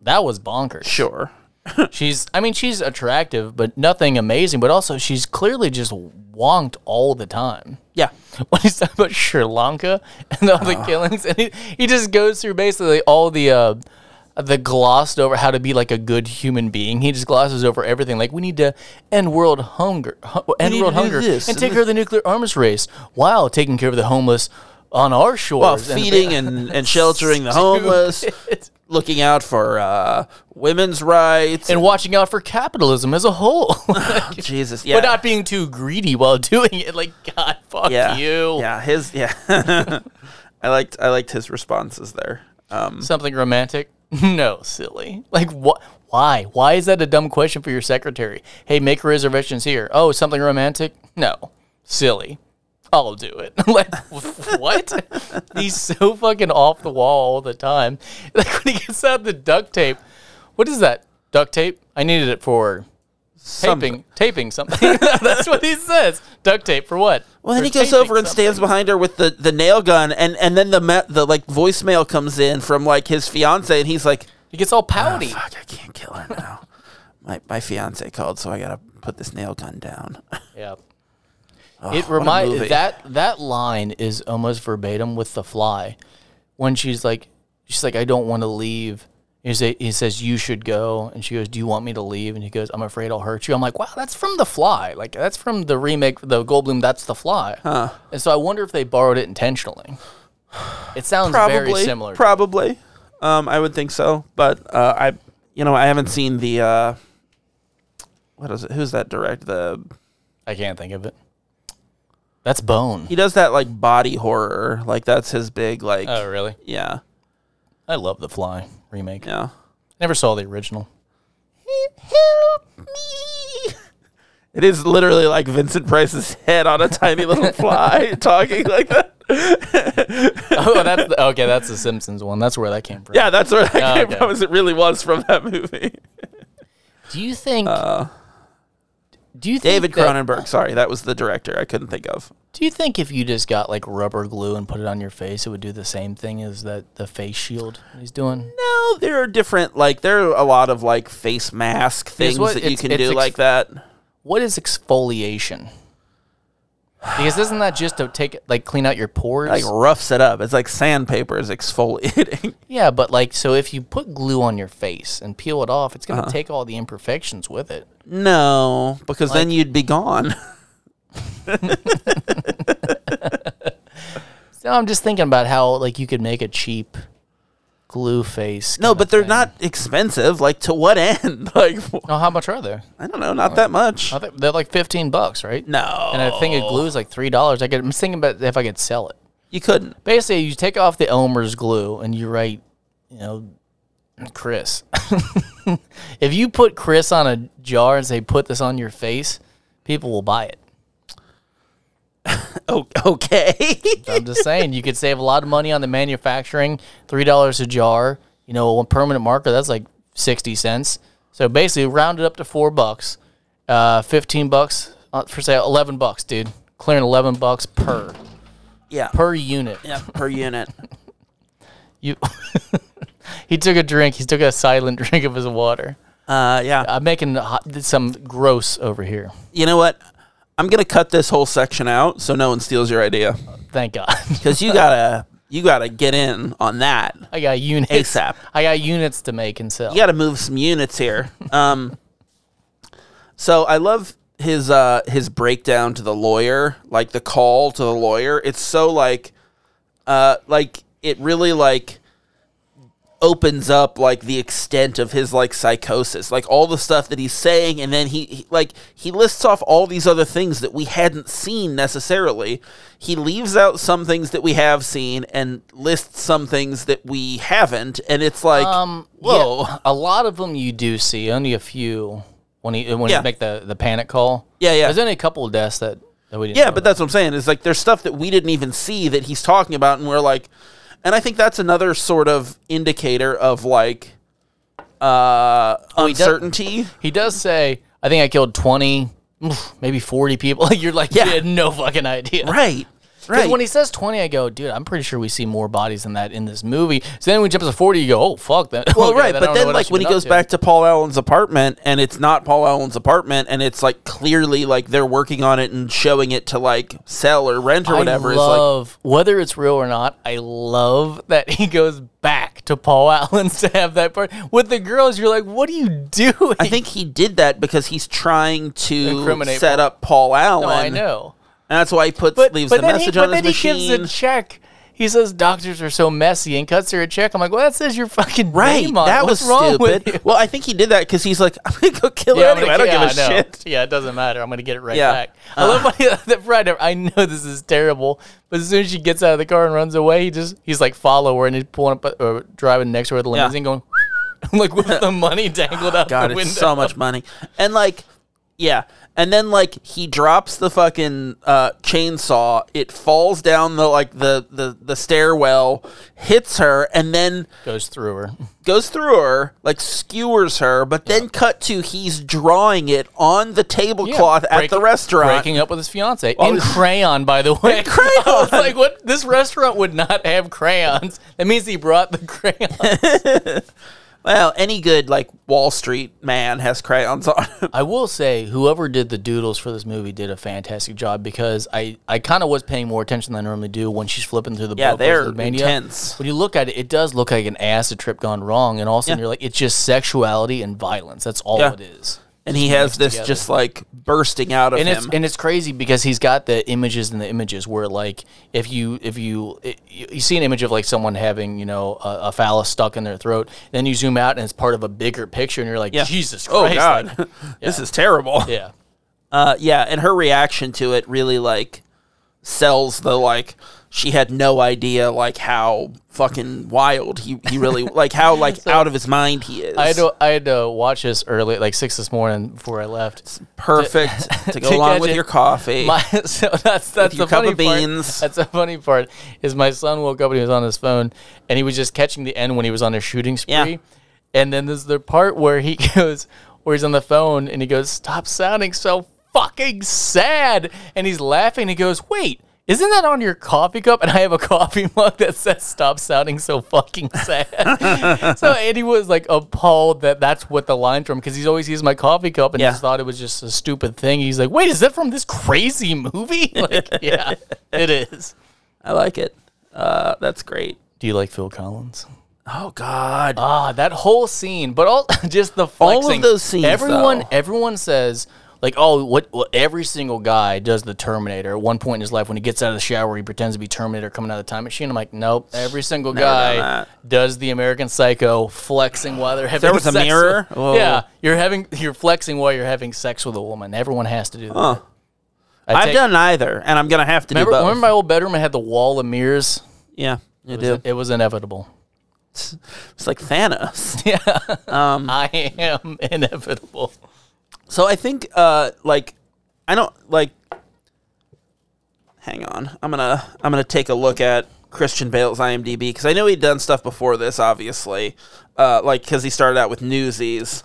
Speaker 2: That was bonkers.
Speaker 1: sure.
Speaker 2: She's, I mean, she's attractive, but nothing amazing. But also, she's clearly just wonked all the time.
Speaker 1: Yeah.
Speaker 2: when he's talking about Sri Lanka and all
Speaker 1: Oh.
Speaker 2: the killings, and he, he just goes through basically all the uh, the glossed over how to be like a good human being. He just glosses over everything. Like we need to end world hunger, hu- end
Speaker 1: need
Speaker 2: world
Speaker 1: to do
Speaker 2: hunger,
Speaker 1: this
Speaker 2: and
Speaker 1: and
Speaker 2: take care of the nuclear arms race while taking care of the homeless on our
Speaker 1: While
Speaker 2: shores.
Speaker 1: feeding and, and sheltering the homeless,
Speaker 2: Stupid.
Speaker 1: looking out for uh, women's rights.
Speaker 2: and watching out for capitalism as a whole,
Speaker 1: Jesus, yeah.
Speaker 2: but not being too greedy while doing it. Like God, fuck
Speaker 1: yeah.
Speaker 2: you.
Speaker 1: Yeah, his yeah. I liked I liked his responses there. Um,
Speaker 2: something romantic? No, silly. Like what? Why? Why is that a dumb question for your secretary? Hey, make reservations here. Oh, something romantic? No, silly. I'll do it. like wh- what? He's so fucking off the wall all the time. Like when he gets out the duct tape. What is that? Duct tape? I needed it for taping. Taping something. That's what he says. Duct tape for what?
Speaker 1: Well, then
Speaker 2: For
Speaker 1: he goes
Speaker 2: taping
Speaker 1: over and stands behind her with the, the nail gun, and, and then the ma- the like voicemail comes in from like his fiance, and he's like,
Speaker 2: He gets all pouty.
Speaker 1: "Fuck, I can't kill her now. my my fiance called, so I gotta put this nail gun down." Oh,
Speaker 2: Yeah. it reminds
Speaker 1: movie.
Speaker 2: that that line is almost verbatim with the fly. When she's like she's like, I don't want to leave. He, say, he says, You should go. And she goes, Do you want me to leave? And he goes, I'm afraid I'll hurt you. I'm like, Wow, that's from The Fly. Like, that's from the remake, the Goldblum, That's The Fly. And so I wonder if they borrowed it intentionally. It sounds very
Speaker 1: probably,
Speaker 2: similar.
Speaker 1: probably. Um, I would think so, but uh, I you know I haven't seen the uh, what is it? Who's that direct? The
Speaker 2: I can't think of it. That's Bone.
Speaker 1: he does that like body horror, like that's his big like
Speaker 2: Oh, really?
Speaker 1: yeah
Speaker 2: I love The Fly remake.
Speaker 1: yeah.
Speaker 2: Never saw the original.
Speaker 1: help me. It is literally like Vincent Price's head on a tiny little fly talking like that.
Speaker 2: oh, that's the, okay. That's the Simpsons one. That's where that came from.
Speaker 1: Yeah, that's where that
Speaker 2: Oh,
Speaker 1: came
Speaker 2: okay.
Speaker 1: from. Is it really was from that movie?
Speaker 2: Do you think? do you think
Speaker 1: Uh, David
Speaker 2: that-
Speaker 1: Cronenberg. Sorry, that was the director. I couldn't think of.
Speaker 2: do you think if you just got like rubber glue and put it on your face, it would do the same thing as that the face shield he's doing?
Speaker 1: No, there are different. Like there are a lot of like face mask things
Speaker 2: what-
Speaker 1: that you
Speaker 2: it's-
Speaker 1: can
Speaker 2: it's
Speaker 1: do
Speaker 2: ex-
Speaker 1: like that.
Speaker 2: What is exfoliation? Because isn't that just to take like clean out your pores?
Speaker 1: Like roughs it up. It's like sandpaper is exfoliating.
Speaker 2: yeah, but like so if you put glue on your face and peel it off, it's gonna
Speaker 1: Uh-huh.
Speaker 2: take all the imperfections with it.
Speaker 1: no, because then you'd be gone.
Speaker 2: So I'm just thinking about how like you could make a cheap glue face.
Speaker 1: No,
Speaker 2: kinda
Speaker 1: but they're
Speaker 2: thing.
Speaker 1: not expensive. Like to what end? Like
Speaker 2: Oh, how much are they?
Speaker 1: I don't know, not that much.
Speaker 2: I think they're like fifteen bucks, right?
Speaker 1: No,
Speaker 2: And I think a glue is like three dollars. I could, I'm thinking about if I could sell it.
Speaker 1: you couldn't.
Speaker 2: Basically, you take off the Elmer's glue and you write, you know, Chris. if you put Chris on a jar and say, "Put this on your face," people will buy it.
Speaker 1: Oh, okay.
Speaker 2: I'm just saying, you could save a lot of money on the manufacturing. Three dollars a jar. You know, one permanent marker that's like sixty cents. So basically, round it up to four bucks. Uh, Fifteen bucks uh, for sale. Eleven bucks, dude. Clearing eleven bucks per
Speaker 1: yeah, per,
Speaker 2: per unit.
Speaker 1: yeah, per unit.
Speaker 2: You. he took a drink. He took a silent drink of his water.
Speaker 1: Uh, yeah.
Speaker 2: I'm making hot- some gross over here.
Speaker 1: You know what? I'm gonna cut this whole section out so no one steals your idea
Speaker 2: Thank God.
Speaker 1: because you gotta you gotta get in on that.
Speaker 2: I got units.
Speaker 1: ASAP.
Speaker 2: I got units to make and sell.
Speaker 1: you got to move some units here. Um, so I love his uh, his breakdown to the lawyer, like the call to the lawyer. It's so like, uh, like it really like opens up like the extent of his like psychosis, like all the stuff that he's saying, and then he, he like he lists off all these other things that we hadn't seen necessarily. He leaves out some things that we have seen and lists some things that we haven't, and it's like,
Speaker 2: Um,
Speaker 1: whoa.
Speaker 2: yeah, a lot of them you do see. Only a few when he when
Speaker 1: Yeah.
Speaker 2: he make the, the panic call.
Speaker 1: Yeah, yeah.
Speaker 2: There's only a couple of deaths that, that we didn't.
Speaker 1: Yeah,
Speaker 2: know
Speaker 1: but
Speaker 2: about.
Speaker 1: that's what I'm saying. Is like there's stuff that we didn't even see that he's talking about, and we're like, and I think that's another sort of indicator of like uh
Speaker 2: he does-
Speaker 1: uncertainty.
Speaker 2: he does say, "I think I killed 20, oof, maybe 40 people." Like you're like,
Speaker 1: Yeah.
Speaker 2: you had no fucking idea.
Speaker 1: Right.
Speaker 2: 'Cause
Speaker 1: Right.
Speaker 2: When he says 20, I go, dude, I'm pretty sure we see more bodies than that in this movie. So then when he jumps to 40, you go, oh, fuck that.
Speaker 1: well, right, but then like when he goes back to Paul Allen's apartment, and it's not Paul Allen's apartment, and it's like clearly like they're working on it and showing it to like sell or rent or whatever.
Speaker 2: I
Speaker 1: is like
Speaker 2: love whether it's real or not. I love that he goes back to Paul Allen's to have that part with the girls. You're like, what are you doing?
Speaker 1: I think he did that because he's trying to
Speaker 2: Incriminate
Speaker 1: set up Paul Allen.
Speaker 2: No, I know.
Speaker 1: And that's why he puts leaves the
Speaker 2: then he-
Speaker 1: message
Speaker 2: but
Speaker 1: on his
Speaker 2: then he
Speaker 1: machine.
Speaker 2: gives a check. He says doctors are so messy and cuts her a check. I'm like, well, that says your fucking
Speaker 1: Right.
Speaker 2: name on it.
Speaker 1: That
Speaker 2: What's
Speaker 1: was
Speaker 2: wrong
Speaker 1: stupid.
Speaker 2: With you?
Speaker 1: Well, I think he did that because he's like, I'm going to go kill her
Speaker 2: I'm
Speaker 1: anyway.
Speaker 2: gonna-
Speaker 1: I don't
Speaker 2: yeah,
Speaker 1: give a
Speaker 2: know.
Speaker 1: shit.
Speaker 2: Yeah, it doesn't matter. I'm gonna get it right
Speaker 1: Yeah. Uh-huh.
Speaker 2: back. I love when he, the Friday. I know this is terrible, but as soon as she gets out of the car and runs away, he just he's like follow her and he's pulling up uh, or driving next to her with the
Speaker 1: Yeah.
Speaker 2: limousine, going like with the money dangled out
Speaker 1: God,
Speaker 2: the
Speaker 1: it's
Speaker 2: window.
Speaker 1: so much money. And like, yeah. And then like he drops the fucking uh, chainsaw. It falls down the like the, the the stairwell, hits her, and then
Speaker 2: Goes through her.
Speaker 1: goes through her, like skewers her. But then cut to he's drawing it on the tablecloth at the
Speaker 2: breaking-
Speaker 1: restaurant.
Speaker 2: breaking up with his fiance
Speaker 1: Well,
Speaker 2: in
Speaker 1: it's-
Speaker 2: crayon. By the way,
Speaker 1: In crayon!
Speaker 2: I was like, what? This restaurant would not have crayons. That means he brought the crayon.
Speaker 1: Well, any good like Wall Street man has crayons on him.
Speaker 2: I will say, whoever did the doodles for this movie did a fantastic job because I, I kind of was paying more attention than I normally do when she's flipping through the
Speaker 1: Yeah,
Speaker 2: book.
Speaker 1: they're
Speaker 2: Wizard Mania.
Speaker 1: intense.
Speaker 2: When you look at it, it does look like an acid trip gone wrong, and all of a sudden you're like, it's just sexuality and violence. That's all
Speaker 1: Yeah.
Speaker 2: it is.
Speaker 1: and he has this
Speaker 2: together.
Speaker 1: just like bursting out of
Speaker 2: and
Speaker 1: him.
Speaker 2: it's and it's crazy because he's got the images and the images where like if you if you i- you you see an image of like someone having you know a, a phallus stuck in their throat, then you zoom out and it's part of a bigger picture, and you're like, Jesus
Speaker 1: oh
Speaker 2: Christ,
Speaker 1: god,
Speaker 2: like,
Speaker 1: this is terrible. Yeah.
Speaker 2: yeah,
Speaker 1: Uh, yeah, and her reaction to it really like sells the like she had no idea like how fucking wild he he really like how like out of his mind he is.
Speaker 2: I had to I had to watch this early like six this morning before I left.
Speaker 1: perfect to go
Speaker 2: to
Speaker 1: along
Speaker 2: catch
Speaker 1: with
Speaker 2: it.
Speaker 1: your coffee.
Speaker 2: My, so that's that's
Speaker 1: your
Speaker 2: the
Speaker 1: cup
Speaker 2: funny
Speaker 1: of beans.
Speaker 2: part. That's the funny part is my son woke up and he was on his phone and he was just catching the end when he was on a shooting spree.
Speaker 1: Yeah.
Speaker 2: And then there's the part where he goes where he's on the phone and he goes, "Stop sounding so fucking sad." And he's laughing. he goes, "Wait, Isn't that on your coffee cup? And I have a coffee mug that says "Stop sounding so fucking sad." so Andy was like appalled that that's what the line from because he's always used my coffee cup and
Speaker 1: Yeah.
Speaker 2: just thought it was just a stupid thing. He's like, "Wait, is that from this crazy movie?" Like, yeah, it is.
Speaker 1: I like it. Uh, that's great.
Speaker 2: Do you like Phil Collins?
Speaker 1: Oh God.
Speaker 2: Ah, that whole scene, but all just the flexing.
Speaker 1: of those scenes,
Speaker 2: Everyone,
Speaker 1: though.
Speaker 2: everyone says like, oh, what, what? Every single guy does the Terminator at one point in his life. When he gets out of the shower, he pretends to be Terminator coming out of the time machine. I'm like, nope. Every single guy
Speaker 1: that.
Speaker 2: does the American Psycho flexing while they're having.
Speaker 1: There was a
Speaker 2: sex with-
Speaker 1: mirror? Whoa.
Speaker 2: Yeah, you're having you're flexing while you're having sex with a woman. Everyone has to do that. I
Speaker 1: Uh, I've
Speaker 2: take-
Speaker 1: done neither, and I'm gonna have to
Speaker 2: Remember,
Speaker 1: do both.
Speaker 2: remember my old bedroom? I had the wall of mirrors.
Speaker 1: yeah, you
Speaker 2: It
Speaker 1: do.
Speaker 2: was, it was inevitable.
Speaker 1: It's like Thanos. Mm.
Speaker 2: I am inevitable.
Speaker 1: So I think uh like I don't like hang on. I'm going to I'm going to take a look at Christian Bale's IMDb cuz I know he'd done stuff before this obviously. Uh like cuz he started out with Newsies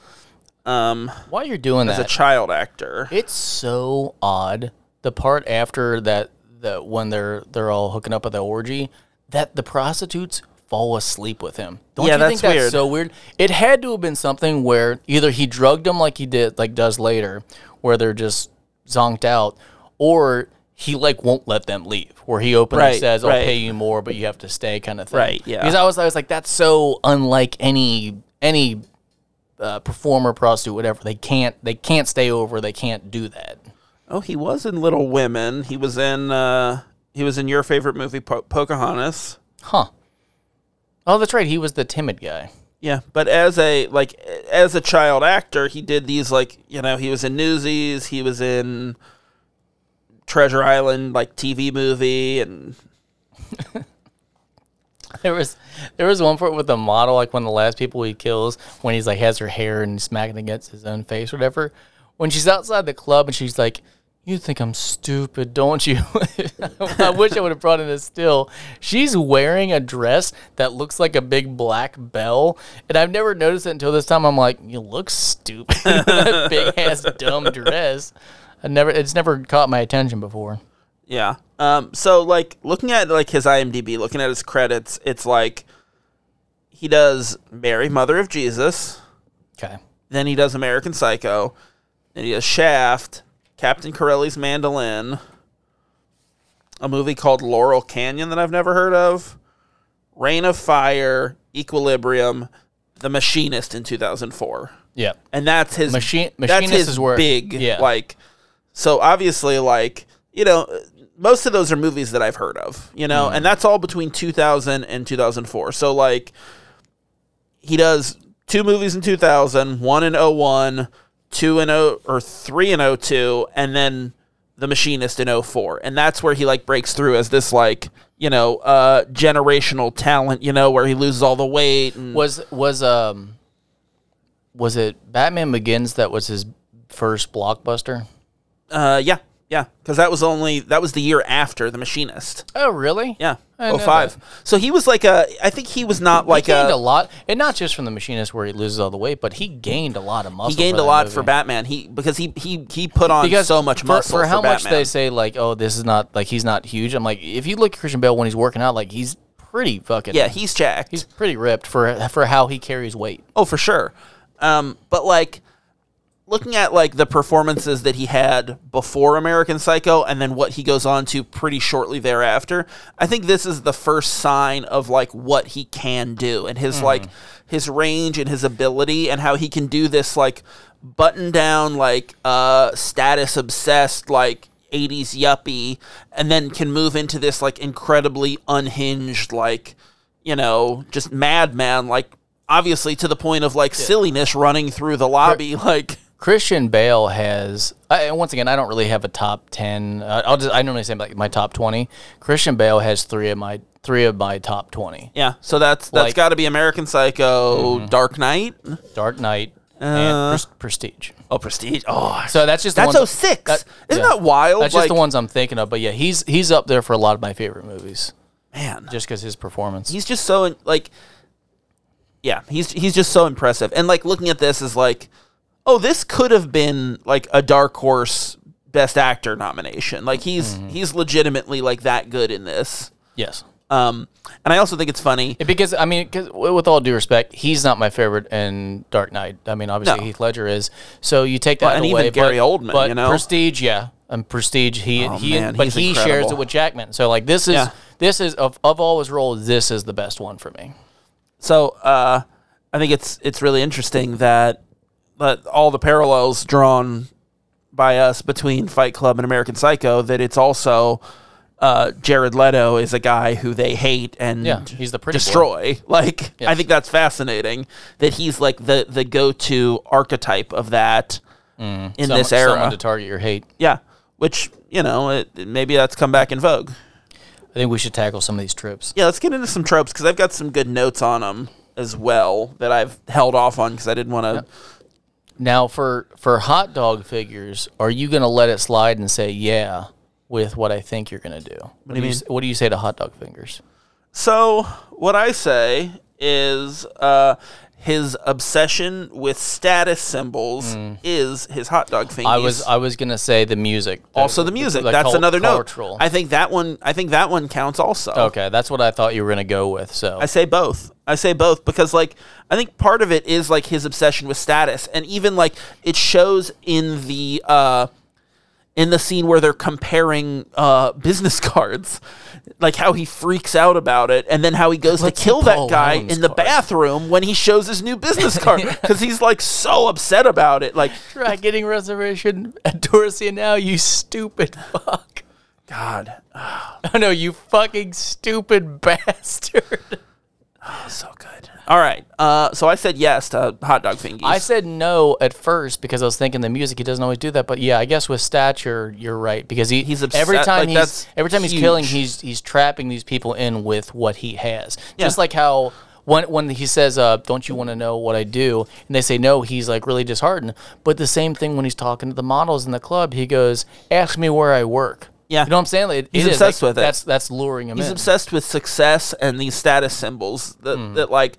Speaker 1: um
Speaker 2: While you're doing
Speaker 1: as
Speaker 2: that,
Speaker 1: a child actor.
Speaker 2: It's so odd. The part after that, that when they're they're all hooking up at the orgy, that the prostitutes fall asleep with him. Don't
Speaker 1: Yeah,
Speaker 2: you
Speaker 1: that's
Speaker 2: think that's
Speaker 1: weird.
Speaker 2: so weird? It had to have been something where either he drugged them like he did, like does later, where they're just zonked out, or he like won't let them leave. Where he openly
Speaker 1: Right,
Speaker 2: says, "I'll
Speaker 1: right.
Speaker 2: pay you more, but you have to stay," kind of thing.
Speaker 1: Right, yeah.
Speaker 2: Because I was I was like, that's so unlike any any uh, performer, prostitute, whatever. They can't they can't stay over. They can't do that.
Speaker 1: Oh, he was in Little Women. He was in uh he was in your favorite movie po- Pocahontas.
Speaker 2: Huh. Oh, that's right. He was the timid guy.
Speaker 1: Yeah, but as a like as a child actor, he did these like you know he was in Newsies, he was in Treasure Island like TV movie, and
Speaker 2: There was there was one part with the model, like one of the last people he kills, when he's like has her hair and smacking against his own face or whatever. When she's outside the club and she's like, You think I'm stupid, don't you? I wish I would have brought in a still. She's wearing a dress that looks like a big black bell. And I've never noticed it until this time. I'm like, You look stupid. big ass dumb dress. I never it's never caught my attention before.
Speaker 1: yeah. Um, so like looking at like his IMDb, looking at his credits, it's like he does Mary, Mother of Jesus,
Speaker 2: Okay.
Speaker 1: then he does American Psycho, then he does Shaft, Captain Corelli's Mandolin, a movie called Laurel Canyon that I've never heard of, Rain of Fire, Equilibrium, The Machinist in 2004.
Speaker 2: Yeah.
Speaker 1: And that's his
Speaker 2: Machi-
Speaker 1: that's
Speaker 2: Machinist
Speaker 1: his
Speaker 2: is where-
Speaker 1: big
Speaker 2: yeah.
Speaker 1: like so obviously like you know most of those are movies that I've heard of, you
Speaker 2: Mm-hmm.
Speaker 1: know, and that's all between 2000 and 2004. So like he does two movies in 2000, one in 01, two in 0 or three in 02, and then The Machinist in 04. And that's where he like breaks through as this like, you know, uh generational talent, you know, where he loses all the weight and
Speaker 2: Was was um was it Batman Begins that was his first blockbuster?
Speaker 1: uh yeah, yeah, cuz that was only that was the year after The Machinist.
Speaker 2: Oh, really?
Speaker 1: Yeah.
Speaker 2: I know
Speaker 1: 05.
Speaker 2: that.
Speaker 1: So he was like a I think he was not
Speaker 2: He
Speaker 1: like uh,
Speaker 2: gained
Speaker 1: a
Speaker 2: a lot, and not just from the machinist where he loses all the weight, but he gained a lot of muscle.
Speaker 1: he gained
Speaker 2: for
Speaker 1: a
Speaker 2: that
Speaker 1: lot
Speaker 2: movie.
Speaker 1: for Batman. He because he he he put on
Speaker 2: Because
Speaker 1: so much
Speaker 2: for-
Speaker 1: muscle
Speaker 2: for, how much
Speaker 1: Batman.
Speaker 2: they say like, oh, this is not like he's not huge. I'm like, if you look at Christian Bale when he's working out, like he's pretty fucking
Speaker 1: yeah, he's jacked.
Speaker 2: he's pretty ripped for for how he carries weight.
Speaker 1: Oh, for sure. Um, but like looking at like the performances that he had before American Psycho and then what he goes on to pretty shortly thereafter, I think this is the first sign of like what he can do and his like his range and his ability and how he can do this like button down like uh status obsessed like 80s yuppie and then can move into this like incredibly unhinged like you know just madman like obviously to the point of like silliness running through the lobby like
Speaker 2: Christian Bale has, I, and once again, I don't really have a top ten. Uh, I'll just, I normally say like my top twenty. Christian Bale has three of my three of my top twenty:
Speaker 1: Yeah, so that's that's
Speaker 2: Like- Mm-hmm.
Speaker 1: got to be American Psycho, Dark Knight,
Speaker 2: Dark Knight and Pres- Prestige.
Speaker 1: oh Prestige. Oh,
Speaker 2: So that's just the
Speaker 1: Uh-huh. that's
Speaker 2: ones-
Speaker 1: 06.
Speaker 2: that-
Speaker 1: Isn't
Speaker 2: yeah.
Speaker 1: that wild?
Speaker 2: That's
Speaker 1: like,
Speaker 2: just the ones I'm thinking of. But yeah, he's he's up there for a lot of my favorite movies
Speaker 1: Man,
Speaker 2: just because his performance.
Speaker 1: he's just so like, yeah, he's he's just so impressive. And like looking at this is like, oh, this could have been like a dark horse best actor nomination. Like he's
Speaker 2: Mm-hmm.
Speaker 1: he's legitimately like that good in this.
Speaker 2: Yes.
Speaker 1: Um, and I also think it's funny.
Speaker 2: It- Because I mean, 'cause w- with all due respect, he's not my favorite in Dark Knight. I mean, obviously
Speaker 1: No.
Speaker 2: Heath Ledger is. So you take that
Speaker 1: Well, and
Speaker 2: away,
Speaker 1: even Gary
Speaker 2: but,
Speaker 1: Oldman,
Speaker 2: but
Speaker 1: you know? Oh,
Speaker 2: Prestige, yeah, and Prestige. He he,
Speaker 1: man,
Speaker 2: but
Speaker 1: he's
Speaker 2: he shares
Speaker 1: incredible.
Speaker 2: it with Jackman. So like this is
Speaker 1: Yeah.
Speaker 2: this is of of all his roles, this is the best one for me.
Speaker 1: So uh, I think it's it's really interesting that that all the parallels drawn by us between Fight Club and American Psycho that it's also uh, Jared Leto is a guy who they hate and
Speaker 2: Yeah, he's the pretty boy.
Speaker 1: Mm. destroy. Like I
Speaker 2: Yes.
Speaker 1: think that's fascinating that he's like the the go to archetype of that in
Speaker 2: Some-
Speaker 1: this era.
Speaker 2: Mm. someone to target your hate.
Speaker 1: yeah, which you know it, maybe that's come back in vogue.
Speaker 2: I think we should tackle some of these tropes.
Speaker 1: Yeah, let's get into some tropes because I've got some good notes on them as well that I've held off on because I didn't want to.
Speaker 2: Now, for for hot dog figures, are you going to let it slide and say yeah with what I think you're going to do? What do you
Speaker 1: mean?
Speaker 2: s- What do you say to hot dog fingers?
Speaker 1: So what I say is uh, his obsession with status symbols is his hot dog fingers.
Speaker 2: I was I was gonna say the music.
Speaker 1: also the music. That's
Speaker 2: cult-
Speaker 1: another
Speaker 2: cultural.
Speaker 1: note. I think that one. I think that one counts also.
Speaker 2: okay, that's what I thought you were gonna go with. So
Speaker 1: I say both. I say both because like I think part of it is like his obsession with status and even like it shows in the uh in the scene where they're comparing uh business cards like how he freaks out about it and then how he goes
Speaker 2: Let's
Speaker 1: to
Speaker 2: see
Speaker 1: kill that
Speaker 2: Paul
Speaker 1: guy
Speaker 2: Allen's
Speaker 1: in the
Speaker 2: card.
Speaker 1: bathroom when he shows his new business card cuz he's like so upset about it like
Speaker 2: try getting reservation at Dorsey now, you stupid fuck.
Speaker 1: god
Speaker 2: I know you fucking stupid bastard.
Speaker 1: so good all right uh so I said yes to hot dog fingies
Speaker 2: I said no at first because I was thinking the music. He doesn't always do that, but yeah, I guess with stature, you're right because he,
Speaker 1: He's
Speaker 2: every
Speaker 1: obsessed-
Speaker 2: time
Speaker 1: like,
Speaker 2: he's
Speaker 1: that's
Speaker 2: every time he's killing,
Speaker 1: huge.
Speaker 2: he's he's trapping these people in with what he has. Just
Speaker 1: Yeah.
Speaker 2: like how when when he says, uh, "Don't you want to know what I do?" and they say no, he's like really disheartened. But the same thing when he's talking to the models in the club, he goes, "Ask me where I work."
Speaker 1: Yeah.
Speaker 2: you know what I'm saying? It,
Speaker 1: He's
Speaker 2: it is,
Speaker 1: obsessed
Speaker 2: like,
Speaker 1: with it.
Speaker 2: That's that's luring him
Speaker 1: He's
Speaker 2: in.
Speaker 1: obsessed with success and these status symbols that, that like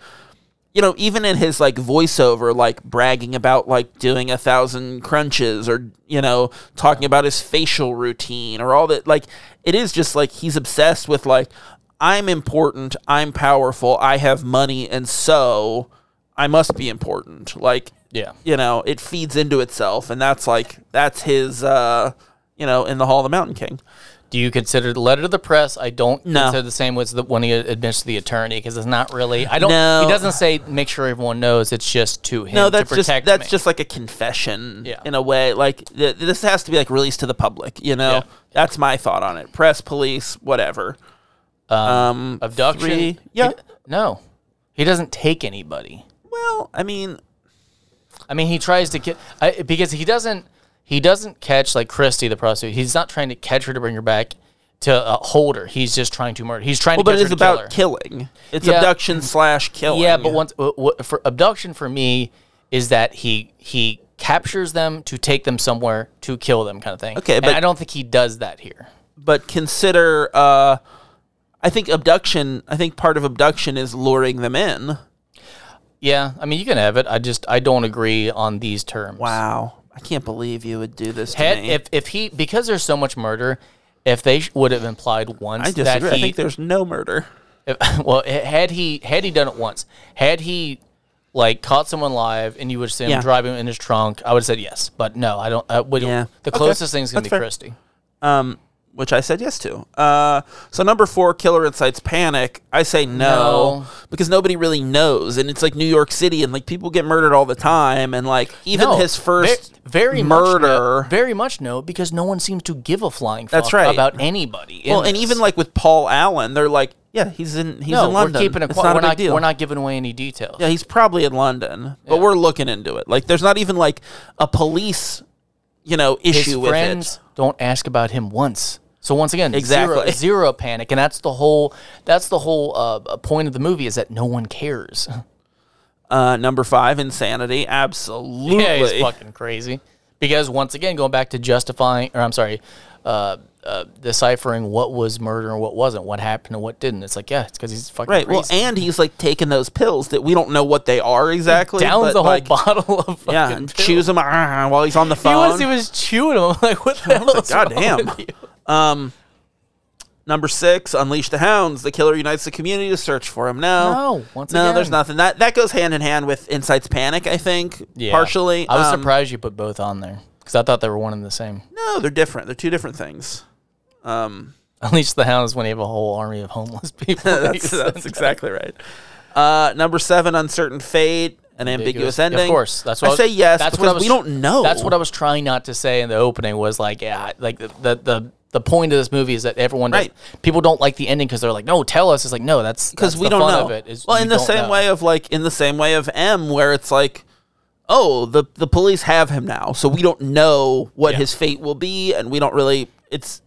Speaker 1: you know even in his like voiceover like bragging about like doing a thousand crunches or you know talking about his facial routine or all that like it is just like he's obsessed with like i'm important i'm powerful i have money and so i must be important like
Speaker 2: Yeah.
Speaker 1: you know it feeds into itself and that's like that's his uh you know in the hall of the mountain king
Speaker 2: Do you consider the letter to the press? I don't
Speaker 1: No.
Speaker 2: consider the same with the, when he admits to the attorney because it's not really. I don't.
Speaker 1: No.
Speaker 2: He doesn't say make sure everyone knows. It's just to him.
Speaker 1: no, that's
Speaker 2: to
Speaker 1: just
Speaker 2: protect
Speaker 1: that's
Speaker 2: me.
Speaker 1: just like a confession
Speaker 2: Yeah.
Speaker 1: in a way. Like th- this has to be like released to the public. You know,
Speaker 2: Yeah.
Speaker 1: that's my thought on it. Press, police, whatever. Um,
Speaker 2: abduction.
Speaker 1: three-
Speaker 2: He-
Speaker 1: yeah.
Speaker 2: no, he doesn't take anybody.
Speaker 1: well, I mean,
Speaker 2: I mean, he tries to get I, because he doesn't. He doesn't catch like Christy the prostitute. He's not trying to catch her to bring her back to uh, hold her. He's just trying to murder. He's trying
Speaker 1: well,
Speaker 2: to
Speaker 1: but
Speaker 2: catch
Speaker 1: it is
Speaker 2: her to kill
Speaker 1: about
Speaker 2: her.
Speaker 1: killing. It's
Speaker 2: Yeah. Mm.
Speaker 1: abduction slash killing.
Speaker 2: Yeah, but once w- w- for abduction for me is that he he captures them to take them somewhere to kill them kind of thing.
Speaker 1: Okay,
Speaker 2: And
Speaker 1: but-
Speaker 2: I don't think he does that here.
Speaker 1: but consider. Uh, I think abduction. I think part of abduction is luring them in.
Speaker 2: Yeah, I mean you can have it. I just I don't agree on these terms.
Speaker 1: Wow, I can't believe you would do this to
Speaker 2: Had-
Speaker 1: me.
Speaker 2: if if he because there's so much murder, if they sh- would have implied once
Speaker 1: I
Speaker 2: that
Speaker 1: disagree.
Speaker 2: he
Speaker 1: I think there's no murder.
Speaker 2: if- well h- had he had he done it once had he like caught someone live and you would see him
Speaker 1: Yeah.
Speaker 2: drive him in his trunk I would have said yes but no I don't I would,
Speaker 1: Yeah.
Speaker 2: the
Speaker 1: Okay.
Speaker 2: closest thing's gonna
Speaker 1: That's
Speaker 2: be
Speaker 1: fair.
Speaker 2: Christie.
Speaker 1: um, which I said yes to. Uh, so number four, killer incites panic. I say no,
Speaker 2: No.
Speaker 1: because nobody really knows, and it's like New York City, and like people get murdered all the time, and like even
Speaker 2: No,
Speaker 1: his
Speaker 2: ve-
Speaker 1: first
Speaker 2: very
Speaker 1: murder.
Speaker 2: much no, very much no because no one seems to give a flying fuck
Speaker 1: That's right.
Speaker 2: about anybody. in
Speaker 1: well, and
Speaker 2: this.
Speaker 1: even like with Paul Allen, they're like, yeah, he's in he's
Speaker 2: no,
Speaker 1: in London.
Speaker 2: we're keeping a
Speaker 1: it's
Speaker 2: qu-
Speaker 1: not
Speaker 2: we're
Speaker 1: a big
Speaker 2: not
Speaker 1: deal.
Speaker 2: we're not giving away any details.
Speaker 1: yeah, he's probably in London, but we're looking into it. Like, there's not even like a police, you know,
Speaker 2: His
Speaker 1: issue with it.
Speaker 2: friends don't ask about him once. So once again,
Speaker 1: Exactly.
Speaker 2: zero, zero panic, and that's the whole that's the whole uh, point of the movie is that no one cares.
Speaker 1: Uh, number five, insanity. Absolutely.
Speaker 2: yeah, he's fucking crazy. Because once again, going back to justifying, or I'm sorry, uh, uh, deciphering what was murder and what wasn't, what happened and what didn't. It's like, yeah, it's because he's fucking
Speaker 1: Right. Well,
Speaker 2: crazy.
Speaker 1: and he's like taking those pills that we don't know what they are exactly.
Speaker 2: downs
Speaker 1: but,
Speaker 2: the whole
Speaker 1: like,
Speaker 2: bottle of fucking
Speaker 1: Yeah, and
Speaker 2: pills.
Speaker 1: chews them uh, while he's on the
Speaker 2: He
Speaker 1: phone.
Speaker 2: was, he was chewing them. I'm like, what the hell? Like,
Speaker 1: God damn. Number six, unleash the hounds. The killer unites the community to search for him. No,
Speaker 2: No, once
Speaker 1: no, there's
Speaker 2: again.
Speaker 1: nothing. That that goes hand in hand with Insight's panic. I think
Speaker 2: Yeah.
Speaker 1: partially.
Speaker 2: I was
Speaker 1: Um,
Speaker 2: surprised you put both on there because I thought they were one and the same.
Speaker 1: No, they're different. They're two different things.
Speaker 2: Unleash the hounds when you have a whole army of homeless people.
Speaker 1: that's, that's exactly right. Uh, number seven, uncertain fate, an ambiguous,
Speaker 2: Yeah,
Speaker 1: ending.
Speaker 2: Of course, that's what
Speaker 1: I
Speaker 2: was-
Speaker 1: say yes
Speaker 2: That's
Speaker 1: because
Speaker 2: what I was,
Speaker 1: we don't know.
Speaker 2: That's what I was trying not to say in the opening was like, yeah, like the the the, the point of this movie is that everyone does,
Speaker 1: Right.
Speaker 2: people don't like the ending because they're like, no, tell us. It's like no, that's
Speaker 1: because
Speaker 2: that's
Speaker 1: we
Speaker 2: the
Speaker 1: don't
Speaker 2: fun
Speaker 1: know.
Speaker 2: Of it is
Speaker 1: well,
Speaker 2: you
Speaker 1: in the
Speaker 2: don't
Speaker 1: same
Speaker 2: know.
Speaker 1: way of like in the same way of M, where it's like, oh, the the police have him now, so we don't know what his fate will be, and we don't really. It's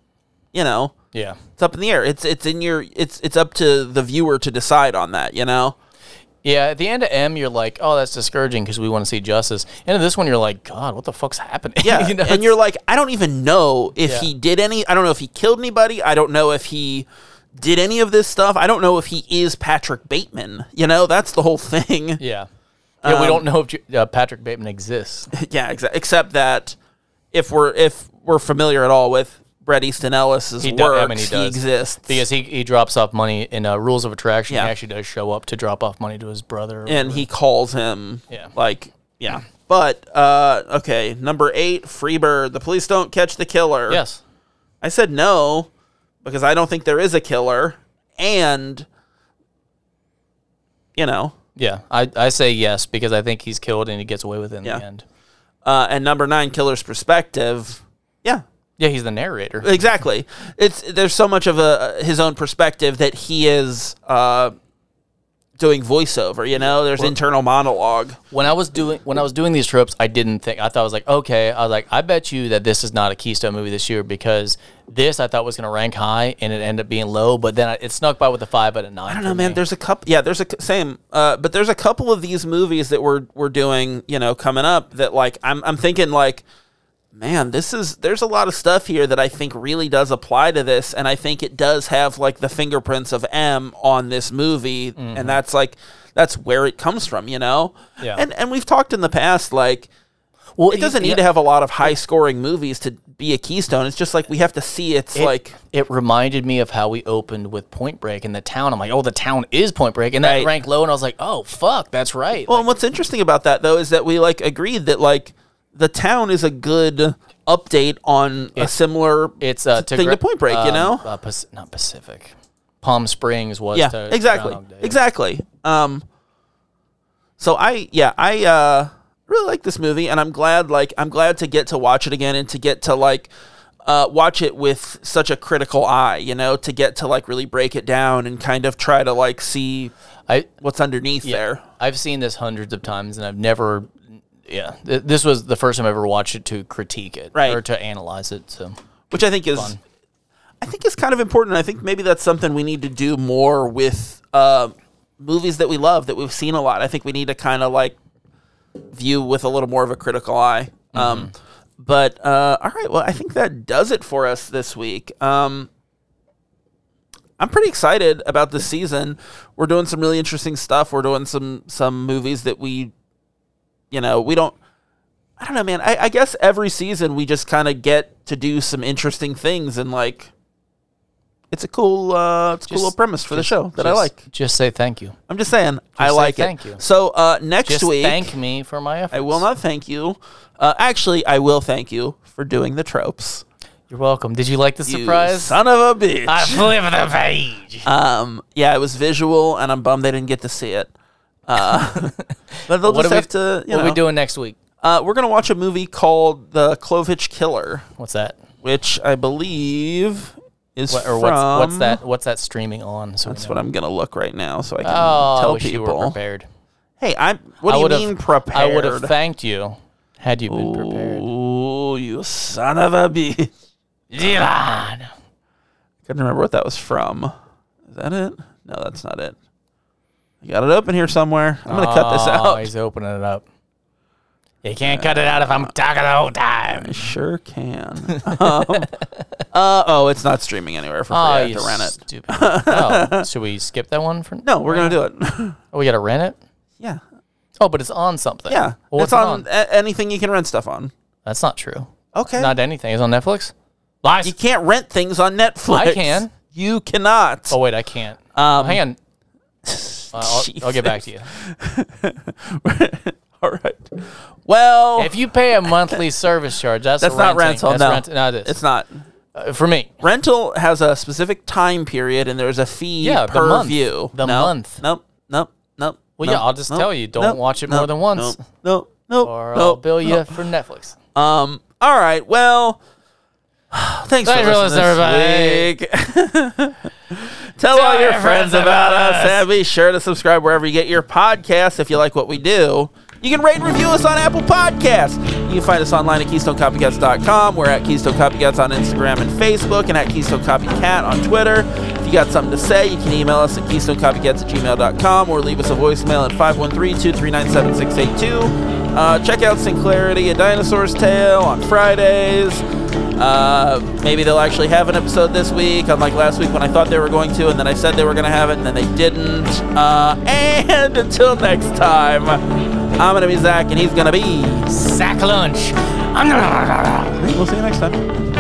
Speaker 1: you know,
Speaker 2: yeah.
Speaker 1: it's up in the air. It's it's in your. It's it's up to the viewer to decide on that. You know.
Speaker 2: Yeah, at the end of M, you're like, "Oh, that's discouraging because we want to see justice." And in this one, you're like, "God, what the fuck's happening?"
Speaker 1: Yeah,
Speaker 2: You know,
Speaker 1: and you're like, I don't even know if
Speaker 2: Yeah.
Speaker 1: he did any. I don't know if he killed anybody. I don't know if he did any of this stuff. I don't know if he is Patrick Bateman. You know, that's the whole thing.
Speaker 2: yeah, yeah. we don't
Speaker 1: Um,
Speaker 2: know if Ju- uh, Patrick Bateman exists.
Speaker 1: yeah, exactly. Except that if we're if we're familiar at all with Bret Easton Ellis's
Speaker 2: He
Speaker 1: work,
Speaker 2: do- I mean, he
Speaker 1: he,
Speaker 2: does.
Speaker 1: exists.
Speaker 2: Because he, he drops off money in uh, Rules of Attraction.
Speaker 1: Yeah.
Speaker 2: He actually does show up to drop off money to his brother. or
Speaker 1: and he calls him
Speaker 2: Yeah.
Speaker 1: like yeah. But uh okay, number 8, Freebird, the police don't catch the killer.
Speaker 2: Yes.
Speaker 1: I said no because I don't think there is a killer and you know,
Speaker 2: Yeah. I, I say yes because I think he's killed and he gets away with it in
Speaker 1: Yeah.
Speaker 2: the end.
Speaker 1: uh and number 9 killer's perspective. Yeah,
Speaker 2: Yeah, he's the narrator.
Speaker 1: exactly. It's there's so much of a his own perspective that he is uh, doing voiceover. You know, there's internal monologue.
Speaker 2: When I was doing when I was doing these trips, I didn't think I thought I was like, okay, I was like, I bet you that this is not a Keystone movie this year because this I thought was going to rank high and it ended up being low, but then I, it snuck by with a five out of nine.
Speaker 1: I don't know, man. There's a couple. Yeah, there's a c- same. Uh, but there's a couple of these movies that we're we're doing. You know, coming up that like I'm I'm thinking like. Man, this is there's a lot of stuff here that I think really does apply to this, and I think it does have like the fingerprints of M on this movie, and that's like that's where it comes from, you know.
Speaker 2: Yeah.
Speaker 1: And and we've talked in the past like
Speaker 2: well,
Speaker 1: it doesn't need
Speaker 2: yeah.
Speaker 1: to have a lot of high scoring movies to be a keystone. It's just like we have to see it's
Speaker 2: it-
Speaker 1: like
Speaker 2: it reminded me of how we opened with Point Break in the town. I'm like, oh, the town is Point Break, and that
Speaker 1: Right.
Speaker 2: ranked low. And I was like, oh fuck, that's right.
Speaker 1: well,
Speaker 2: Like,
Speaker 1: and what's interesting about that though is that we like agreed that like the town is a good update on a similar
Speaker 2: it's uh, to
Speaker 1: thing
Speaker 2: gra-
Speaker 1: to Point Break, you
Speaker 2: um,
Speaker 1: know?
Speaker 2: uh, Pac- not Pacific. Palm Springs was
Speaker 1: yeah,
Speaker 2: to
Speaker 1: exactly.
Speaker 2: uh, Groundhog Day.
Speaker 1: Exactly. Um so I yeah, I uh really like this movie and I'm glad like I'm glad to get to watch it again and to get to like uh, watch it with such a critical eye, you know, to get to like really break it down and kind of try to like see
Speaker 2: I
Speaker 1: what's underneath there.
Speaker 2: I've seen this hundreds of times, and I've never. Yeah, th- this was the first time I ever watched it to critique it
Speaker 1: Right.
Speaker 2: or to analyze it. So
Speaker 1: which I think is, I think is kind of important. I think maybe that's something we need to do more with uh, movies that we love that we've seen a lot. I think we need to kind of like view with a little more of a critical eye. Um,
Speaker 2: Mm-hmm.
Speaker 1: but uh, all right, well, I think that does it for us this week. Um, I'm pretty excited about this season. We're doing some really interesting stuff. We're doing some some movies that we, you know, we don't. I don't know, man. I, I guess every season we just kind of get to do some interesting things, and like, it's a cool, uh, it's a cool
Speaker 2: Just-
Speaker 1: little premise for the show that I
Speaker 2: just-
Speaker 1: like.
Speaker 2: Just say thank you.
Speaker 1: I'm just saying, I
Speaker 2: say
Speaker 1: like it.
Speaker 2: thank you.
Speaker 1: So uh, next
Speaker 2: Just
Speaker 1: week,
Speaker 2: thank me for my efforts.
Speaker 1: I will not thank you. Uh, actually, I will thank you for doing the tropes.
Speaker 2: You're welcome. Did you like the
Speaker 1: You
Speaker 2: surprise? Ah.
Speaker 1: son of a bitch.
Speaker 2: I flip the page.
Speaker 1: Um, yeah, it was visual, and I'm bummed they didn't get to see it. Uh, but they'll
Speaker 2: What
Speaker 1: just
Speaker 2: are we-
Speaker 1: have to. You
Speaker 2: what
Speaker 1: know,
Speaker 2: are we doing next week?
Speaker 1: Uh, we're gonna watch a movie called The Clovitch Killer,
Speaker 2: What's that?
Speaker 1: which I believe is
Speaker 2: What,
Speaker 1: from.
Speaker 2: or what's, what's that? What's that streaming on? So we
Speaker 1: That's
Speaker 2: know.
Speaker 1: what I'm gonna look right now, so I can
Speaker 2: Oh, I
Speaker 1: tell
Speaker 2: wish you were
Speaker 1: people.
Speaker 2: prepared.
Speaker 1: Hey, I'm. What
Speaker 2: I
Speaker 1: do
Speaker 2: would've-
Speaker 1: you mean prepared?
Speaker 2: I would have thanked you had you been prepared.
Speaker 1: Ooh, you son of a bitch.
Speaker 2: Dylan.
Speaker 1: Couldn't remember what that was from. Is that it? No, that's not it. I got it open here somewhere. I'm gonna cut this
Speaker 2: Oh,
Speaker 1: out.
Speaker 2: He's opening it up. You can't cut it out if I'm talking the whole time.
Speaker 1: Sure can. um, uh, oh, it's not streaming anywhere for free. I
Speaker 2: Oh,
Speaker 1: have
Speaker 2: you
Speaker 1: to rent it.
Speaker 2: stupid. oh, should we skip that one for?
Speaker 1: No, we're gonna do it.
Speaker 2: Oh, we gotta rent it.
Speaker 1: yeah,
Speaker 2: Oh, but it's on something.
Speaker 1: yeah.
Speaker 2: Well, what's
Speaker 1: it's on, a- anything you can rent stuff on.
Speaker 2: That's not true.
Speaker 1: Okay.
Speaker 2: Not anything. It's on Netflix. Lies.
Speaker 1: you can't rent things on Netflix.
Speaker 2: I can.
Speaker 1: You cannot.
Speaker 2: oh wait, I can't.
Speaker 1: Um,
Speaker 2: Hang on. Uh, I'll, I'll get back to you.
Speaker 1: All right. Well,
Speaker 2: If you pay a monthly service charge, that's
Speaker 1: that's not
Speaker 2: renting.
Speaker 1: rental.
Speaker 2: That's
Speaker 1: no,
Speaker 2: rent- no, it is.
Speaker 1: It's not.
Speaker 2: Uh, for me.
Speaker 1: Rental has a specific time period, and there's a fee
Speaker 2: Yeah, the
Speaker 1: per
Speaker 2: month.
Speaker 1: view.
Speaker 2: The
Speaker 1: No,
Speaker 2: month.
Speaker 1: Nope. Nope. Nope.
Speaker 2: Well,
Speaker 1: nope,
Speaker 2: yeah, I'll just
Speaker 1: nope,
Speaker 2: tell you, don't
Speaker 1: nope,
Speaker 2: watch it
Speaker 1: nope,
Speaker 2: more than once.
Speaker 1: Nope. Nope. Nope.
Speaker 2: Or I'll
Speaker 1: nope,
Speaker 2: bill you
Speaker 1: nope.
Speaker 2: for Netflix.
Speaker 1: Um. All right. Well. Thanks for
Speaker 2: Thanks for
Speaker 1: listening,
Speaker 2: listening,
Speaker 1: this week. Tell all your friends about us, and be sure to subscribe wherever you get your podcasts. If you like what we do, you can rate and review us on Apple Podcasts. You can find us online at KeystoneCopycats.com. We're at Keystone Copycats on Instagram and Facebook, and at Keystone Copycat on Twitter. If you got something to say, you can email us at KeystoneCopycats at gmail.com or leave us a voicemail at 513 239 7682. Uh, check out Sinclarity, A Dinosaur's Tale on Fridays. Uh, maybe they'll actually have an episode this week, unlike last week when I thought they were going to, and then I said they were going to have it, and then they didn't. Uh, and until next time, I'm going to be Zach, and he's going to be.
Speaker 2: Sack lunch.
Speaker 1: We'll see you next time.